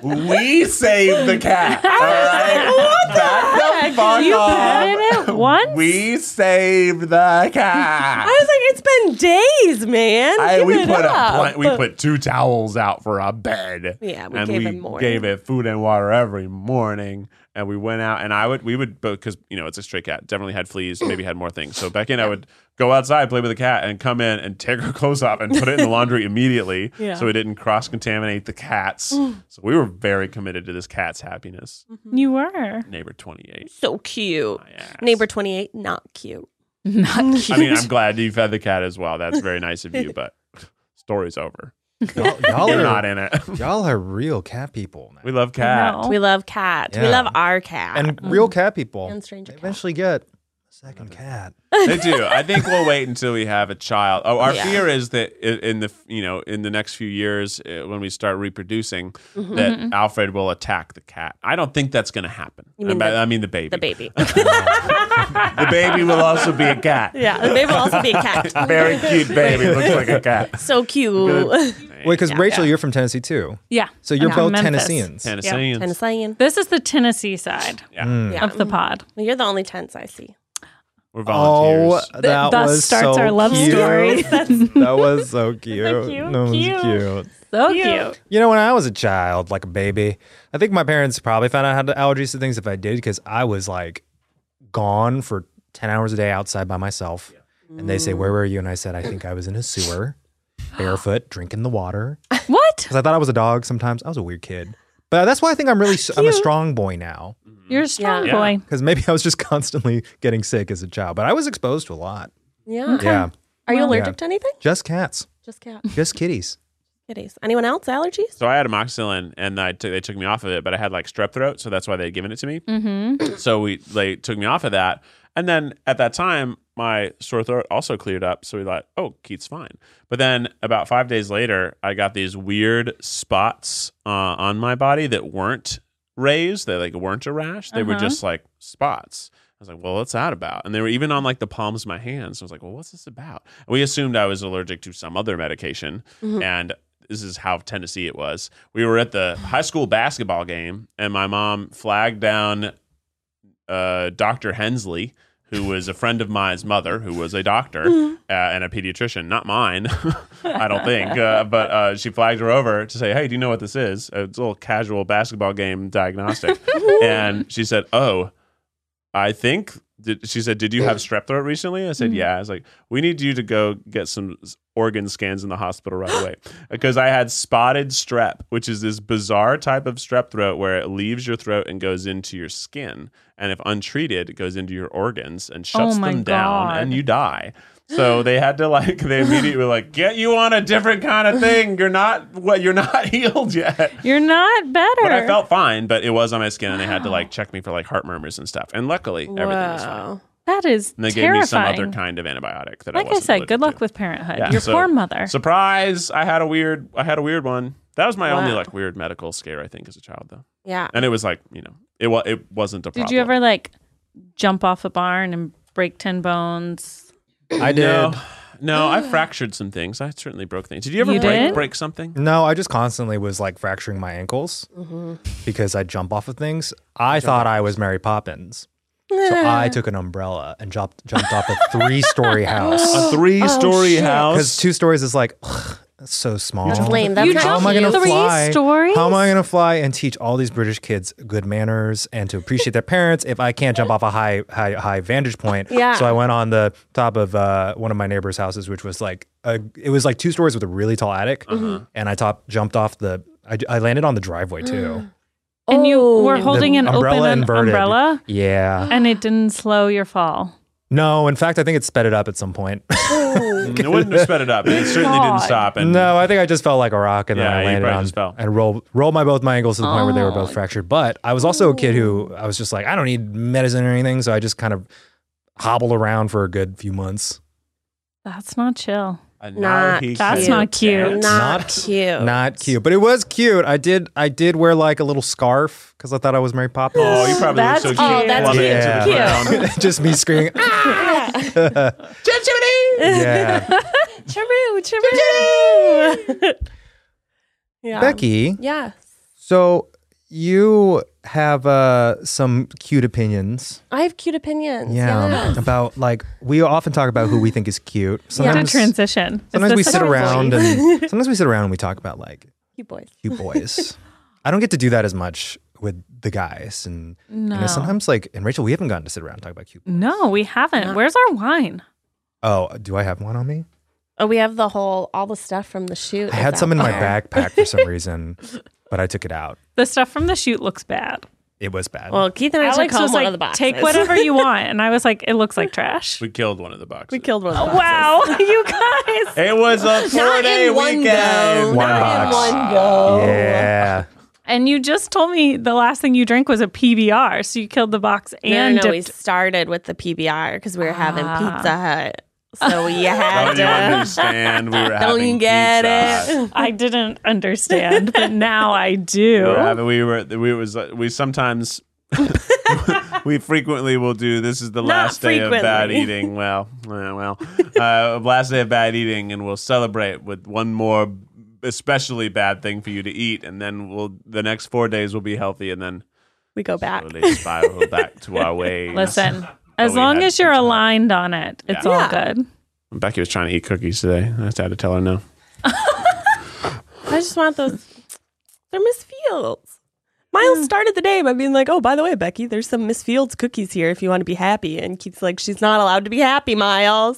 [SPEAKER 5] 28. we saved
[SPEAKER 2] [LAUGHS]
[SPEAKER 5] the cat. All right. Back the fuck
[SPEAKER 3] You
[SPEAKER 5] up.
[SPEAKER 3] petted it once?
[SPEAKER 5] Um, We saved the
[SPEAKER 2] I
[SPEAKER 5] cat.
[SPEAKER 2] was like, it's been days, man.
[SPEAKER 5] I-
[SPEAKER 2] Give
[SPEAKER 5] we
[SPEAKER 2] it
[SPEAKER 5] put
[SPEAKER 2] up.
[SPEAKER 5] a pla- we put two towels out for a bed.
[SPEAKER 2] Yeah, we
[SPEAKER 5] and
[SPEAKER 2] gave
[SPEAKER 5] we
[SPEAKER 2] it more.
[SPEAKER 5] gave it food and water every morning. And we went out, and I would we would because you know it's a stray cat, definitely
[SPEAKER 2] [CLEARS THROAT]
[SPEAKER 5] had fleas, maybe had more things. So Becky and I would go outside, play with the cat, and come in and take her [LAUGHS] clothes off and put
[SPEAKER 2] [LAUGHS]
[SPEAKER 5] it in the laundry immediately,
[SPEAKER 3] Yeah.
[SPEAKER 5] so we didn't cross contaminate
[SPEAKER 2] [GASPS]
[SPEAKER 5] the cats. so we were very committed to this cat's happiness.
[SPEAKER 3] You were.
[SPEAKER 5] Neighbor twenty
[SPEAKER 2] [LAUGHS]
[SPEAKER 5] eight.
[SPEAKER 2] so cute. Neighbor 28, not cute.
[SPEAKER 3] Not cute.
[SPEAKER 5] I mean, I'm glad you fed the cat as well. That's very nice of
[SPEAKER 2] [LAUGHS]
[SPEAKER 5] you, but story's over.
[SPEAKER 4] Y'all,
[SPEAKER 2] Oh.
[SPEAKER 4] y'all
[SPEAKER 5] You're
[SPEAKER 4] are
[SPEAKER 5] not in it. [LAUGHS]
[SPEAKER 4] y'all are real cat people, man.
[SPEAKER 5] We love cat.
[SPEAKER 2] [LAUGHS]
[SPEAKER 3] No.
[SPEAKER 2] We love cats. We
[SPEAKER 4] Yeah.
[SPEAKER 2] love our cat.
[SPEAKER 4] and
[SPEAKER 3] Mm-hmm.
[SPEAKER 4] real cat people.
[SPEAKER 2] And stranger
[SPEAKER 4] they
[SPEAKER 2] cat.
[SPEAKER 4] eventually get a second
[SPEAKER 5] Mm-hmm.
[SPEAKER 4] cat.
[SPEAKER 5] they do. I think we'll wait until we have a child. Oh, our
[SPEAKER 2] Yeah.
[SPEAKER 5] fear is that i- in the you know in the next few years uh, when we start reproducing,
[SPEAKER 2] Mm-hmm.
[SPEAKER 5] that Alfred will attack the cat. I don't think that's going to happen.
[SPEAKER 2] You mean
[SPEAKER 5] I,
[SPEAKER 2] the-
[SPEAKER 5] I mean the baby.
[SPEAKER 2] the
[SPEAKER 4] [LAUGHS]
[SPEAKER 2] baby. [LAUGHS]
[SPEAKER 5] The baby will also be a cat.
[SPEAKER 2] [LAUGHS] yeah, the baby will also be a
[SPEAKER 4] [LAUGHS]
[SPEAKER 2] cat.
[SPEAKER 5] Very cute baby. Looks like a cat.
[SPEAKER 2] So [LAUGHS] cute.
[SPEAKER 4] Wait, because Rachel, you're from Tennessee too,
[SPEAKER 3] yeah.
[SPEAKER 4] so you're
[SPEAKER 3] I'm
[SPEAKER 4] both
[SPEAKER 3] from Memphis.
[SPEAKER 4] Tennesseans.
[SPEAKER 5] Tennessean.
[SPEAKER 2] Tennessean.
[SPEAKER 3] This is the Tennessee side
[SPEAKER 5] Yeah.
[SPEAKER 2] Yeah.
[SPEAKER 3] of the pod.
[SPEAKER 2] You're the only tense I see.
[SPEAKER 5] We're
[SPEAKER 4] Oh,
[SPEAKER 5] volunteers.
[SPEAKER 4] that
[SPEAKER 3] thus
[SPEAKER 4] was
[SPEAKER 3] starts
[SPEAKER 4] so
[SPEAKER 3] our love
[SPEAKER 4] cute.
[SPEAKER 3] story. [LAUGHS]
[SPEAKER 4] that was so cute.
[SPEAKER 3] cute,
[SPEAKER 4] That was
[SPEAKER 3] cute.
[SPEAKER 4] cute.
[SPEAKER 3] So cute.
[SPEAKER 4] You know, when I was a child, like a baby, I think my parents probably found out I had allergies to things if I did, because I was like gone for 10 hours a day outside by myself. And they say, Where were you? And I said, I think I was in a sewer, barefoot, drinking the water.
[SPEAKER 3] What?
[SPEAKER 4] Because I thought I was a dog sometimes. I was a weird kid. But that's why I think I'm really, I'm a strong boy now.
[SPEAKER 3] You're a strong
[SPEAKER 5] Yeah.
[SPEAKER 3] boy.
[SPEAKER 4] Because maybe I was just [LAUGHS] constantly getting sick as a child, but I was exposed to a lot.
[SPEAKER 2] Yeah.
[SPEAKER 4] Yeah.
[SPEAKER 2] Are you
[SPEAKER 3] Well-
[SPEAKER 2] allergic to anything?
[SPEAKER 4] Just cats,
[SPEAKER 2] Just cat.
[SPEAKER 4] just kitties.
[SPEAKER 2] Kitties. Anyone else? Allergies?
[SPEAKER 5] So I had amoxicillin, and I took they took me off of it, but I had like strep throat, so that's why they had given it to me. Mm-hmm. So we they took me off of that, and then at that time my sore throat also cleared up. So we thought, oh, Keith's fine. But then about five days later, I got these weird spots uh, on my body that weren't raised. They like weren't a rash. They were
[SPEAKER 3] Uh-huh.
[SPEAKER 5] just like spots. I was like, well, what's that about? And they were even on like the palms of my hands. I was like, well, what's this about? And we assumed I was allergic to some other medication. And this is how Tennessee it was. We were at the high school basketball game, and my mom flagged down uh, Dr. Hensley, who was a friend of mine's mother, who was a doctor uh, and a pediatrician, not mine, [LAUGHS] I don't think. Uh, but uh, she flagged her over to say, Hey, do you know what this is? Uh, It's a little casual basketball game diagnostic. and she said, Oh, I think. Did, she said, "Did you have strep throat recently?" I
[SPEAKER 3] Mm.
[SPEAKER 5] said, "Yeah." I was like, "We need you to go get some s- organ scans in the hospital
[SPEAKER 3] [GASPS]
[SPEAKER 5] right away because I had spotted strep, which is this bizarre type of strep throat where it leaves your throat and goes into your skin, and if untreated, it goes into your organs and shuts
[SPEAKER 3] Oh my
[SPEAKER 5] them down,
[SPEAKER 3] God.
[SPEAKER 5] and
[SPEAKER 3] [GASPS]
[SPEAKER 5] you die." So they had to like they immediately were like, "Get you on a different kind of thing. You're not what you're not [LAUGHS] healed yet."
[SPEAKER 3] You're not better.
[SPEAKER 5] But I felt fine, but it was on my skin, and they had to like check me for like heart murmurs and stuff. And luckily, everything was fine.
[SPEAKER 2] Wow.
[SPEAKER 3] that is
[SPEAKER 5] And they gave me some
[SPEAKER 3] terrifying.
[SPEAKER 5] other kind of antibiotic that I
[SPEAKER 3] like I
[SPEAKER 5] wasn't
[SPEAKER 3] said,
[SPEAKER 5] allergic
[SPEAKER 3] good luck
[SPEAKER 5] to.
[SPEAKER 3] with parenthood.
[SPEAKER 5] Yeah,
[SPEAKER 3] Your
[SPEAKER 5] so-
[SPEAKER 3] poor mother.
[SPEAKER 5] Surprise! I had a weird, I had a weird one. That was my only
[SPEAKER 2] Wow.
[SPEAKER 5] like weird medical scare I think as a child though,
[SPEAKER 2] Yeah.
[SPEAKER 5] and it was like you know it was it wasn't a problem.
[SPEAKER 3] Did you ever like jump off a barn and break ten bones?
[SPEAKER 4] I did.
[SPEAKER 5] No,
[SPEAKER 3] [GASPS]
[SPEAKER 5] no, I fractured some things. I certainly broke things. Did you ever
[SPEAKER 3] You
[SPEAKER 5] break
[SPEAKER 3] did?
[SPEAKER 5] break something?
[SPEAKER 4] No, I just constantly was like fracturing my ankles because I jump off of things. I thought I was Mary Poppins. So [LAUGHS] I took an umbrella and jumped jumped off a three [LAUGHS] story house.
[SPEAKER 3] [GASPS]
[SPEAKER 5] A
[SPEAKER 3] Oh,
[SPEAKER 5] three-story
[SPEAKER 4] Because
[SPEAKER 5] house.
[SPEAKER 4] two stories is like ugh, that's so small.
[SPEAKER 2] That's lame. That's
[SPEAKER 3] You
[SPEAKER 2] not
[SPEAKER 4] How am I
[SPEAKER 2] cute.
[SPEAKER 4] gonna
[SPEAKER 3] Three
[SPEAKER 4] fly?
[SPEAKER 3] stories?
[SPEAKER 4] How am I gonna fly and teach all these British kids good manners and to appreciate their parents if I can't jump off a high high high vantage point?
[SPEAKER 2] Yeah.
[SPEAKER 4] So I went on the top of uh, one of my neighbor's houses, which was like a, it was like two stories with a really tall attic,
[SPEAKER 2] Mm-hmm.
[SPEAKER 4] and I top jumped off the. I, I landed on the driveway too.
[SPEAKER 3] And you were
[SPEAKER 2] Oh.
[SPEAKER 3] holding
[SPEAKER 4] The
[SPEAKER 3] an
[SPEAKER 4] umbrella
[SPEAKER 3] open
[SPEAKER 4] inverted.
[SPEAKER 3] umbrella,
[SPEAKER 4] Yeah.
[SPEAKER 3] and it didn't slow your fall.
[SPEAKER 4] No. In fact, I think it sped it up at some point. [LAUGHS]
[SPEAKER 5] Mm, it wouldn't have sped it up. It certainly didn't
[SPEAKER 3] God.
[SPEAKER 5] stop. And
[SPEAKER 4] no, I think I just fell like a rock and then
[SPEAKER 5] Yeah,
[SPEAKER 4] I
[SPEAKER 5] you
[SPEAKER 4] landed
[SPEAKER 5] probably
[SPEAKER 4] on
[SPEAKER 5] just fell.
[SPEAKER 4] and rolled rolled my both my ankles to the point where they were
[SPEAKER 3] Oh.
[SPEAKER 4] both fractured. But I was also a kid who I was just like I don't need medicine or anything, so I just kind of hobbled around for a good few months.
[SPEAKER 3] That's not chill.
[SPEAKER 5] and now
[SPEAKER 2] Not
[SPEAKER 5] he
[SPEAKER 3] That's
[SPEAKER 5] can
[SPEAKER 3] not cute.
[SPEAKER 5] dance.
[SPEAKER 2] Not,
[SPEAKER 4] [LAUGHS] Not-
[SPEAKER 2] cute.
[SPEAKER 4] Not cute, but it was cute. I did I did wear like a little scarf because I thought I was Mary Poppins.
[SPEAKER 5] Oh, you probably
[SPEAKER 3] That's
[SPEAKER 5] look so
[SPEAKER 2] cute.
[SPEAKER 5] cute.
[SPEAKER 2] Oh, that's
[SPEAKER 5] Plummet
[SPEAKER 2] cute.
[SPEAKER 5] into the
[SPEAKER 2] Cute. [LAUGHS]
[SPEAKER 4] [LAUGHS]
[SPEAKER 5] ground.
[SPEAKER 4] just me
[SPEAKER 5] [LAUGHS]
[SPEAKER 4] screaming. "Ah!"
[SPEAKER 5] Chimney!
[SPEAKER 2] [LAUGHS]
[SPEAKER 4] yeah.
[SPEAKER 2] Chiroo, chiroo. [LAUGHS] Yeah.
[SPEAKER 4] Becky,
[SPEAKER 2] Yes.
[SPEAKER 4] so you have uh, some cute opinions.
[SPEAKER 2] I have cute opinions.
[SPEAKER 4] Yeah. About like, we often talk about who we think is cute.
[SPEAKER 3] What a
[SPEAKER 4] Sometimes,
[SPEAKER 3] transition. Is
[SPEAKER 4] sometimes
[SPEAKER 3] this
[SPEAKER 4] we
[SPEAKER 3] a
[SPEAKER 4] sit
[SPEAKER 3] transition?
[SPEAKER 4] around and sometimes we sit around and we talk about like
[SPEAKER 2] Cute boys.
[SPEAKER 4] cute boys. I don't get to do that as much with the guys. And you know,
[SPEAKER 3] No.
[SPEAKER 4] sometimes like, and Rachel, we haven't gotten to sit around and talk about cute
[SPEAKER 3] No, we haven't. Where's our wine?
[SPEAKER 4] Oh, do I have one on me?
[SPEAKER 2] Oh, we have the whole all the stuff from the shoot.
[SPEAKER 4] I had some in my backpack for some reason, but I took it out.
[SPEAKER 3] The stuff from the shoot looks bad.
[SPEAKER 4] It was bad.
[SPEAKER 2] Well, Keith and I took
[SPEAKER 3] Alex
[SPEAKER 2] home
[SPEAKER 3] was
[SPEAKER 2] one of the
[SPEAKER 3] like,
[SPEAKER 2] boxes.
[SPEAKER 3] "Take whatever
[SPEAKER 2] [LAUGHS]
[SPEAKER 3] you want," and I was like, "It looks like trash."
[SPEAKER 5] We killed one of the boxes.
[SPEAKER 2] we killed one. Of the boxes.
[SPEAKER 3] Wow, [LAUGHS] you guys!
[SPEAKER 5] It was a
[SPEAKER 2] [LAUGHS]
[SPEAKER 5] four
[SPEAKER 2] Not
[SPEAKER 5] day
[SPEAKER 2] in one go.
[SPEAKER 5] weekend.
[SPEAKER 4] One
[SPEAKER 2] Not in
[SPEAKER 4] box.
[SPEAKER 2] one go.
[SPEAKER 4] yeah.
[SPEAKER 3] And you just told me the last thing you drank was a PBR, so you killed the box
[SPEAKER 2] No,
[SPEAKER 3] and
[SPEAKER 2] no, no, we
[SPEAKER 3] dipped-
[SPEAKER 2] started with the PBR because we were having
[SPEAKER 3] Ah.
[SPEAKER 2] Pizza Hut.
[SPEAKER 3] [LAUGHS]
[SPEAKER 2] So we
[SPEAKER 5] Don't
[SPEAKER 2] had
[SPEAKER 5] you
[SPEAKER 2] to.
[SPEAKER 5] understand? We
[SPEAKER 2] [LAUGHS]
[SPEAKER 5] were
[SPEAKER 2] Don't you
[SPEAKER 5] having
[SPEAKER 2] get
[SPEAKER 5] pizza.
[SPEAKER 2] it? [LAUGHS]
[SPEAKER 3] I didn't understand, but now I do.
[SPEAKER 5] We [LAUGHS] were, having, we were we was uh, we sometimes [LAUGHS] we frequently will do this is the last day of bad
[SPEAKER 2] frequently.
[SPEAKER 5] eating. Well, eh, well, uh, [LAUGHS] last day of bad eating, and we'll celebrate with one more especially bad thing for you to eat, and then we'll the next four days will be healthy, and then
[SPEAKER 2] We go back.
[SPEAKER 5] slowly spiral back
[SPEAKER 2] [LAUGHS]
[SPEAKER 5] to our ways.
[SPEAKER 3] Listen,
[SPEAKER 5] [LAUGHS] But
[SPEAKER 3] as
[SPEAKER 5] we
[SPEAKER 3] long
[SPEAKER 5] had
[SPEAKER 3] as you're
[SPEAKER 5] pizza.
[SPEAKER 3] aligned on it, it's
[SPEAKER 5] Yeah.
[SPEAKER 3] all
[SPEAKER 2] Yeah.
[SPEAKER 3] good.
[SPEAKER 5] Becky was trying to eat cookies today. I just had to tell her no.
[SPEAKER 2] I just want those. They're Miss Fields.
[SPEAKER 3] Mm.
[SPEAKER 2] Miles started the day by being like, "Oh, by the way, Becky, there's some Miss Fields cookies here if you want to be happy." And Keith's like, "She's not allowed to be happy,
[SPEAKER 4] [LAUGHS]
[SPEAKER 2] Miles."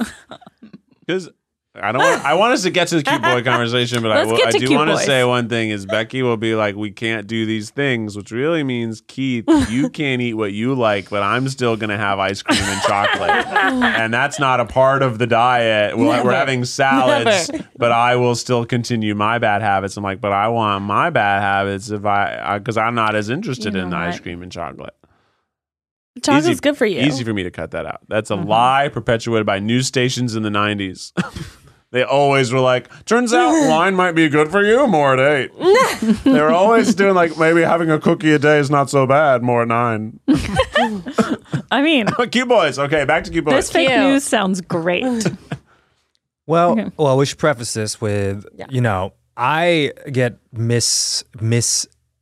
[SPEAKER 5] Because I don't. Want, I want us to get to the
[SPEAKER 3] [LAUGHS]
[SPEAKER 5] cute boy conversation, but I,
[SPEAKER 3] Let's
[SPEAKER 5] will,
[SPEAKER 3] get
[SPEAKER 5] I
[SPEAKER 3] to
[SPEAKER 5] do
[SPEAKER 3] cute
[SPEAKER 5] want to
[SPEAKER 3] boys.
[SPEAKER 5] say one thing: is Becky will be like, "We can't do these things," which really means
[SPEAKER 3] [LAUGHS]
[SPEAKER 5] Keith, you can't eat what you like, but I'm still gonna have ice cream
[SPEAKER 3] [LAUGHS]
[SPEAKER 5] and chocolate, and that's not a part of the diet. We're, we're having salads,
[SPEAKER 3] [LAUGHS]
[SPEAKER 5] but I will still continue my bad habits. I'm like, but I want my bad habits if I because I'm not as interested
[SPEAKER 3] You know
[SPEAKER 5] in ice
[SPEAKER 3] what?
[SPEAKER 5] cream and chocolate.
[SPEAKER 2] Chocolate's
[SPEAKER 5] Easy-
[SPEAKER 2] good for you.
[SPEAKER 5] Easy for me to cut that out. That's a lie perpetuated by news stations in the 90s. [LAUGHS] they always were like, turns out wine might be good for you more at eight. they were always doing like, maybe having a cookie a day is not so bad more at nine. [LAUGHS]
[SPEAKER 3] I mean,
[SPEAKER 5] Cute boys. Okay, back to cute boys.
[SPEAKER 3] this fake
[SPEAKER 2] Cute.
[SPEAKER 3] news
[SPEAKER 2] [LAUGHS]
[SPEAKER 3] sounds great.
[SPEAKER 4] Well, well, we should preface this with
[SPEAKER 2] Yeah.
[SPEAKER 4] you know I get mis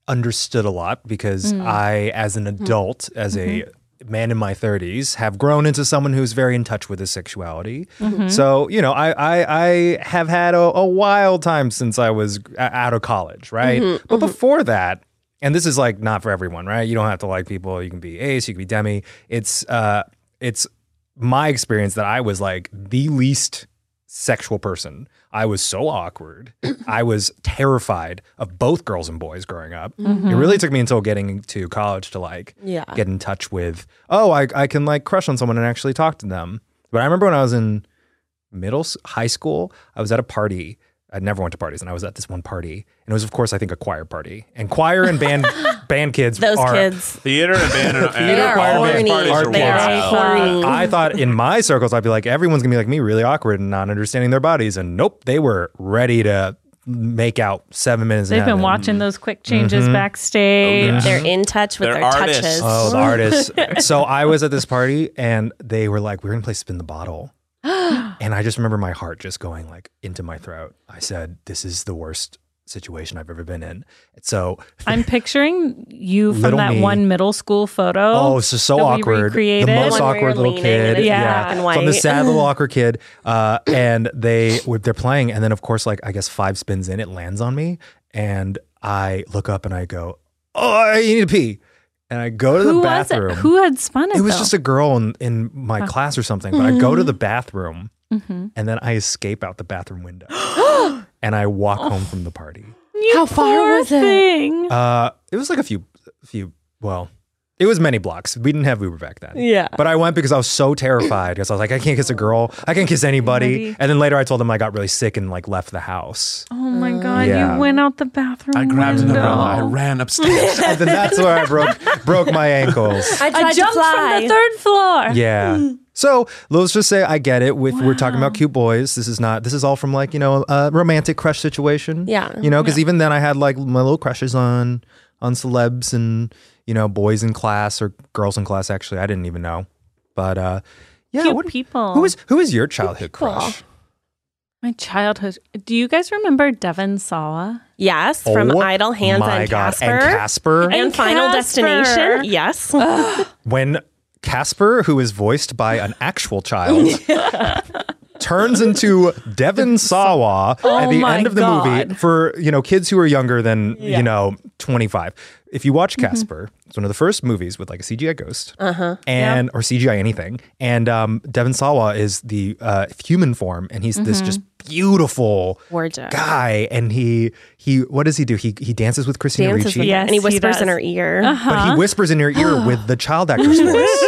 [SPEAKER 4] misunderstood a lot because I, as an adult, as a man in my 30s, have grown into someone who's very in touch with his sexuality. So you know, I I, I have had a, a wild time since I was g- a- out of college, right? But before that. And this is like not for everyone, right? You don't have to like people. You can be ace, you can be demi. It's uh, it's my experience that I was like the least sexual person. I was so awkward. I was terrified of both girls and boys growing up. It really took me until getting to college to like
[SPEAKER 2] Mm-hmm. Yeah.
[SPEAKER 4] get in touch with, oh, I, I can like crush on someone and actually talk to them. But I remember when I was in middle s- high school, I was at a party. I never went to parties, and I was at this one party, and it was, of course, I think a choir party. And choir
[SPEAKER 2] [LAUGHS]
[SPEAKER 4] and band band kids
[SPEAKER 2] Those
[SPEAKER 4] are
[SPEAKER 2] kids.
[SPEAKER 5] Theater and band. and-
[SPEAKER 4] Theater,
[SPEAKER 5] and
[SPEAKER 4] choir,
[SPEAKER 5] all these
[SPEAKER 4] band,
[SPEAKER 5] parties
[SPEAKER 4] art
[SPEAKER 5] are
[SPEAKER 4] kids.
[SPEAKER 5] wild.
[SPEAKER 2] horny.
[SPEAKER 4] I thought in my circles, I'd be like, everyone's gonna be like me, really awkward and not understanding their bodies. And nope, they were ready to make out seven minutes. in
[SPEAKER 3] They've been
[SPEAKER 4] heaven.
[SPEAKER 3] watching those quick changes backstage.
[SPEAKER 2] They're in touch with
[SPEAKER 5] Uh-huh. They're
[SPEAKER 2] their
[SPEAKER 5] artists.
[SPEAKER 2] touches.
[SPEAKER 3] [LAUGHS]
[SPEAKER 4] Oh, the artists. so I was at this party, and they were like, "We're gonna play spin
[SPEAKER 3] [GASPS]
[SPEAKER 4] the bottle." and I just remember my heart just going like into my throat. I said, "This is the worst situation I've ever been in." So,
[SPEAKER 3] I'm picturing you from
[SPEAKER 4] Little
[SPEAKER 3] that
[SPEAKER 4] me.
[SPEAKER 3] one middle school photo.
[SPEAKER 4] oh, it's just so
[SPEAKER 3] that we
[SPEAKER 4] awkward. The
[SPEAKER 3] recreated.
[SPEAKER 4] most
[SPEAKER 2] One where
[SPEAKER 4] awkward
[SPEAKER 2] you're
[SPEAKER 4] little
[SPEAKER 2] leaning and
[SPEAKER 4] kid.
[SPEAKER 2] it's
[SPEAKER 3] Yeah.
[SPEAKER 2] black and
[SPEAKER 4] From the
[SPEAKER 2] white.
[SPEAKER 4] sad little awkward kid, uh, and they with they're playing, and then of course, like I guess five spins in, it lands on me, and I look up and I go, "Oh, I need to pee," and I go to
[SPEAKER 3] who
[SPEAKER 4] the
[SPEAKER 3] was
[SPEAKER 4] bathroom.
[SPEAKER 3] it? Who had spun it?
[SPEAKER 4] It was just a girl in, in my class or something. But I go to the bathroom
[SPEAKER 3] hmm
[SPEAKER 4] and then I escape out the bathroom window and I walk home from the party.
[SPEAKER 2] How far was it?
[SPEAKER 3] thing.
[SPEAKER 4] Uh, it was like a few, few. Well, it was many blocks. We didn't have Uber back then.
[SPEAKER 2] Yeah.
[SPEAKER 4] But I went because I was so terrified because I was like, I can't kiss a girl. I can't kiss anybody.
[SPEAKER 3] Anybody.
[SPEAKER 4] And then later I told them I got really sick and like left the house.
[SPEAKER 3] Oh my god!
[SPEAKER 4] Yeah.
[SPEAKER 3] You went out the bathroom.
[SPEAKER 5] I grabbed an
[SPEAKER 3] window.
[SPEAKER 5] umbrella. I ran
[SPEAKER 4] [LAUGHS]
[SPEAKER 5] upstairs.
[SPEAKER 4] And then that's where I broke broke my ankles.
[SPEAKER 2] I tried
[SPEAKER 3] I jumped
[SPEAKER 2] to fly.
[SPEAKER 3] from the third floor.
[SPEAKER 4] Yeah. [LAUGHS] So let's just say I get it. With we're talking about cute boys. This is not. This is all from like you know a romantic crush situation.
[SPEAKER 2] Yeah.
[SPEAKER 4] You know, because even then I had like my little crushes on on celebs and you know boys in class or girls in class. Actually, I didn't even know. But uh, yeah.
[SPEAKER 3] Cute
[SPEAKER 4] what-
[SPEAKER 3] people.
[SPEAKER 4] Who is who is your childhood crush?
[SPEAKER 3] My childhood. Do you guys remember Devin Sawa?
[SPEAKER 2] Yes, from
[SPEAKER 4] Oh
[SPEAKER 2] Idle Hands
[SPEAKER 4] my
[SPEAKER 2] and
[SPEAKER 4] God.
[SPEAKER 2] Casper.
[SPEAKER 4] And Casper.
[SPEAKER 2] And
[SPEAKER 3] And
[SPEAKER 2] Final
[SPEAKER 3] Casper. Oh.
[SPEAKER 2] Destination. Yes.
[SPEAKER 4] when Casper, who is voiced by an actual child, turns into Devin Sawa at the
[SPEAKER 3] my
[SPEAKER 4] end of the movie
[SPEAKER 3] God.
[SPEAKER 4] for you know kids who are younger than you know 25. If you watch Casper, it's one of the first movies with like a CGI ghost and or CGI anything, and um, Devin Sawa is the uh, human form, and he's this just beautiful
[SPEAKER 2] Gorgeous.
[SPEAKER 4] guy, and he he what does he do? He he dances with Christina
[SPEAKER 2] Dances
[SPEAKER 4] Ricci
[SPEAKER 2] with her,
[SPEAKER 3] Yes,
[SPEAKER 2] and he
[SPEAKER 3] he
[SPEAKER 2] whispers in
[SPEAKER 3] does. Oh,
[SPEAKER 2] her ear.
[SPEAKER 4] but he whispers in your
[SPEAKER 3] [GASPS]
[SPEAKER 4] ear with the child
[SPEAKER 3] [LAUGHS]
[SPEAKER 4] actor's voice.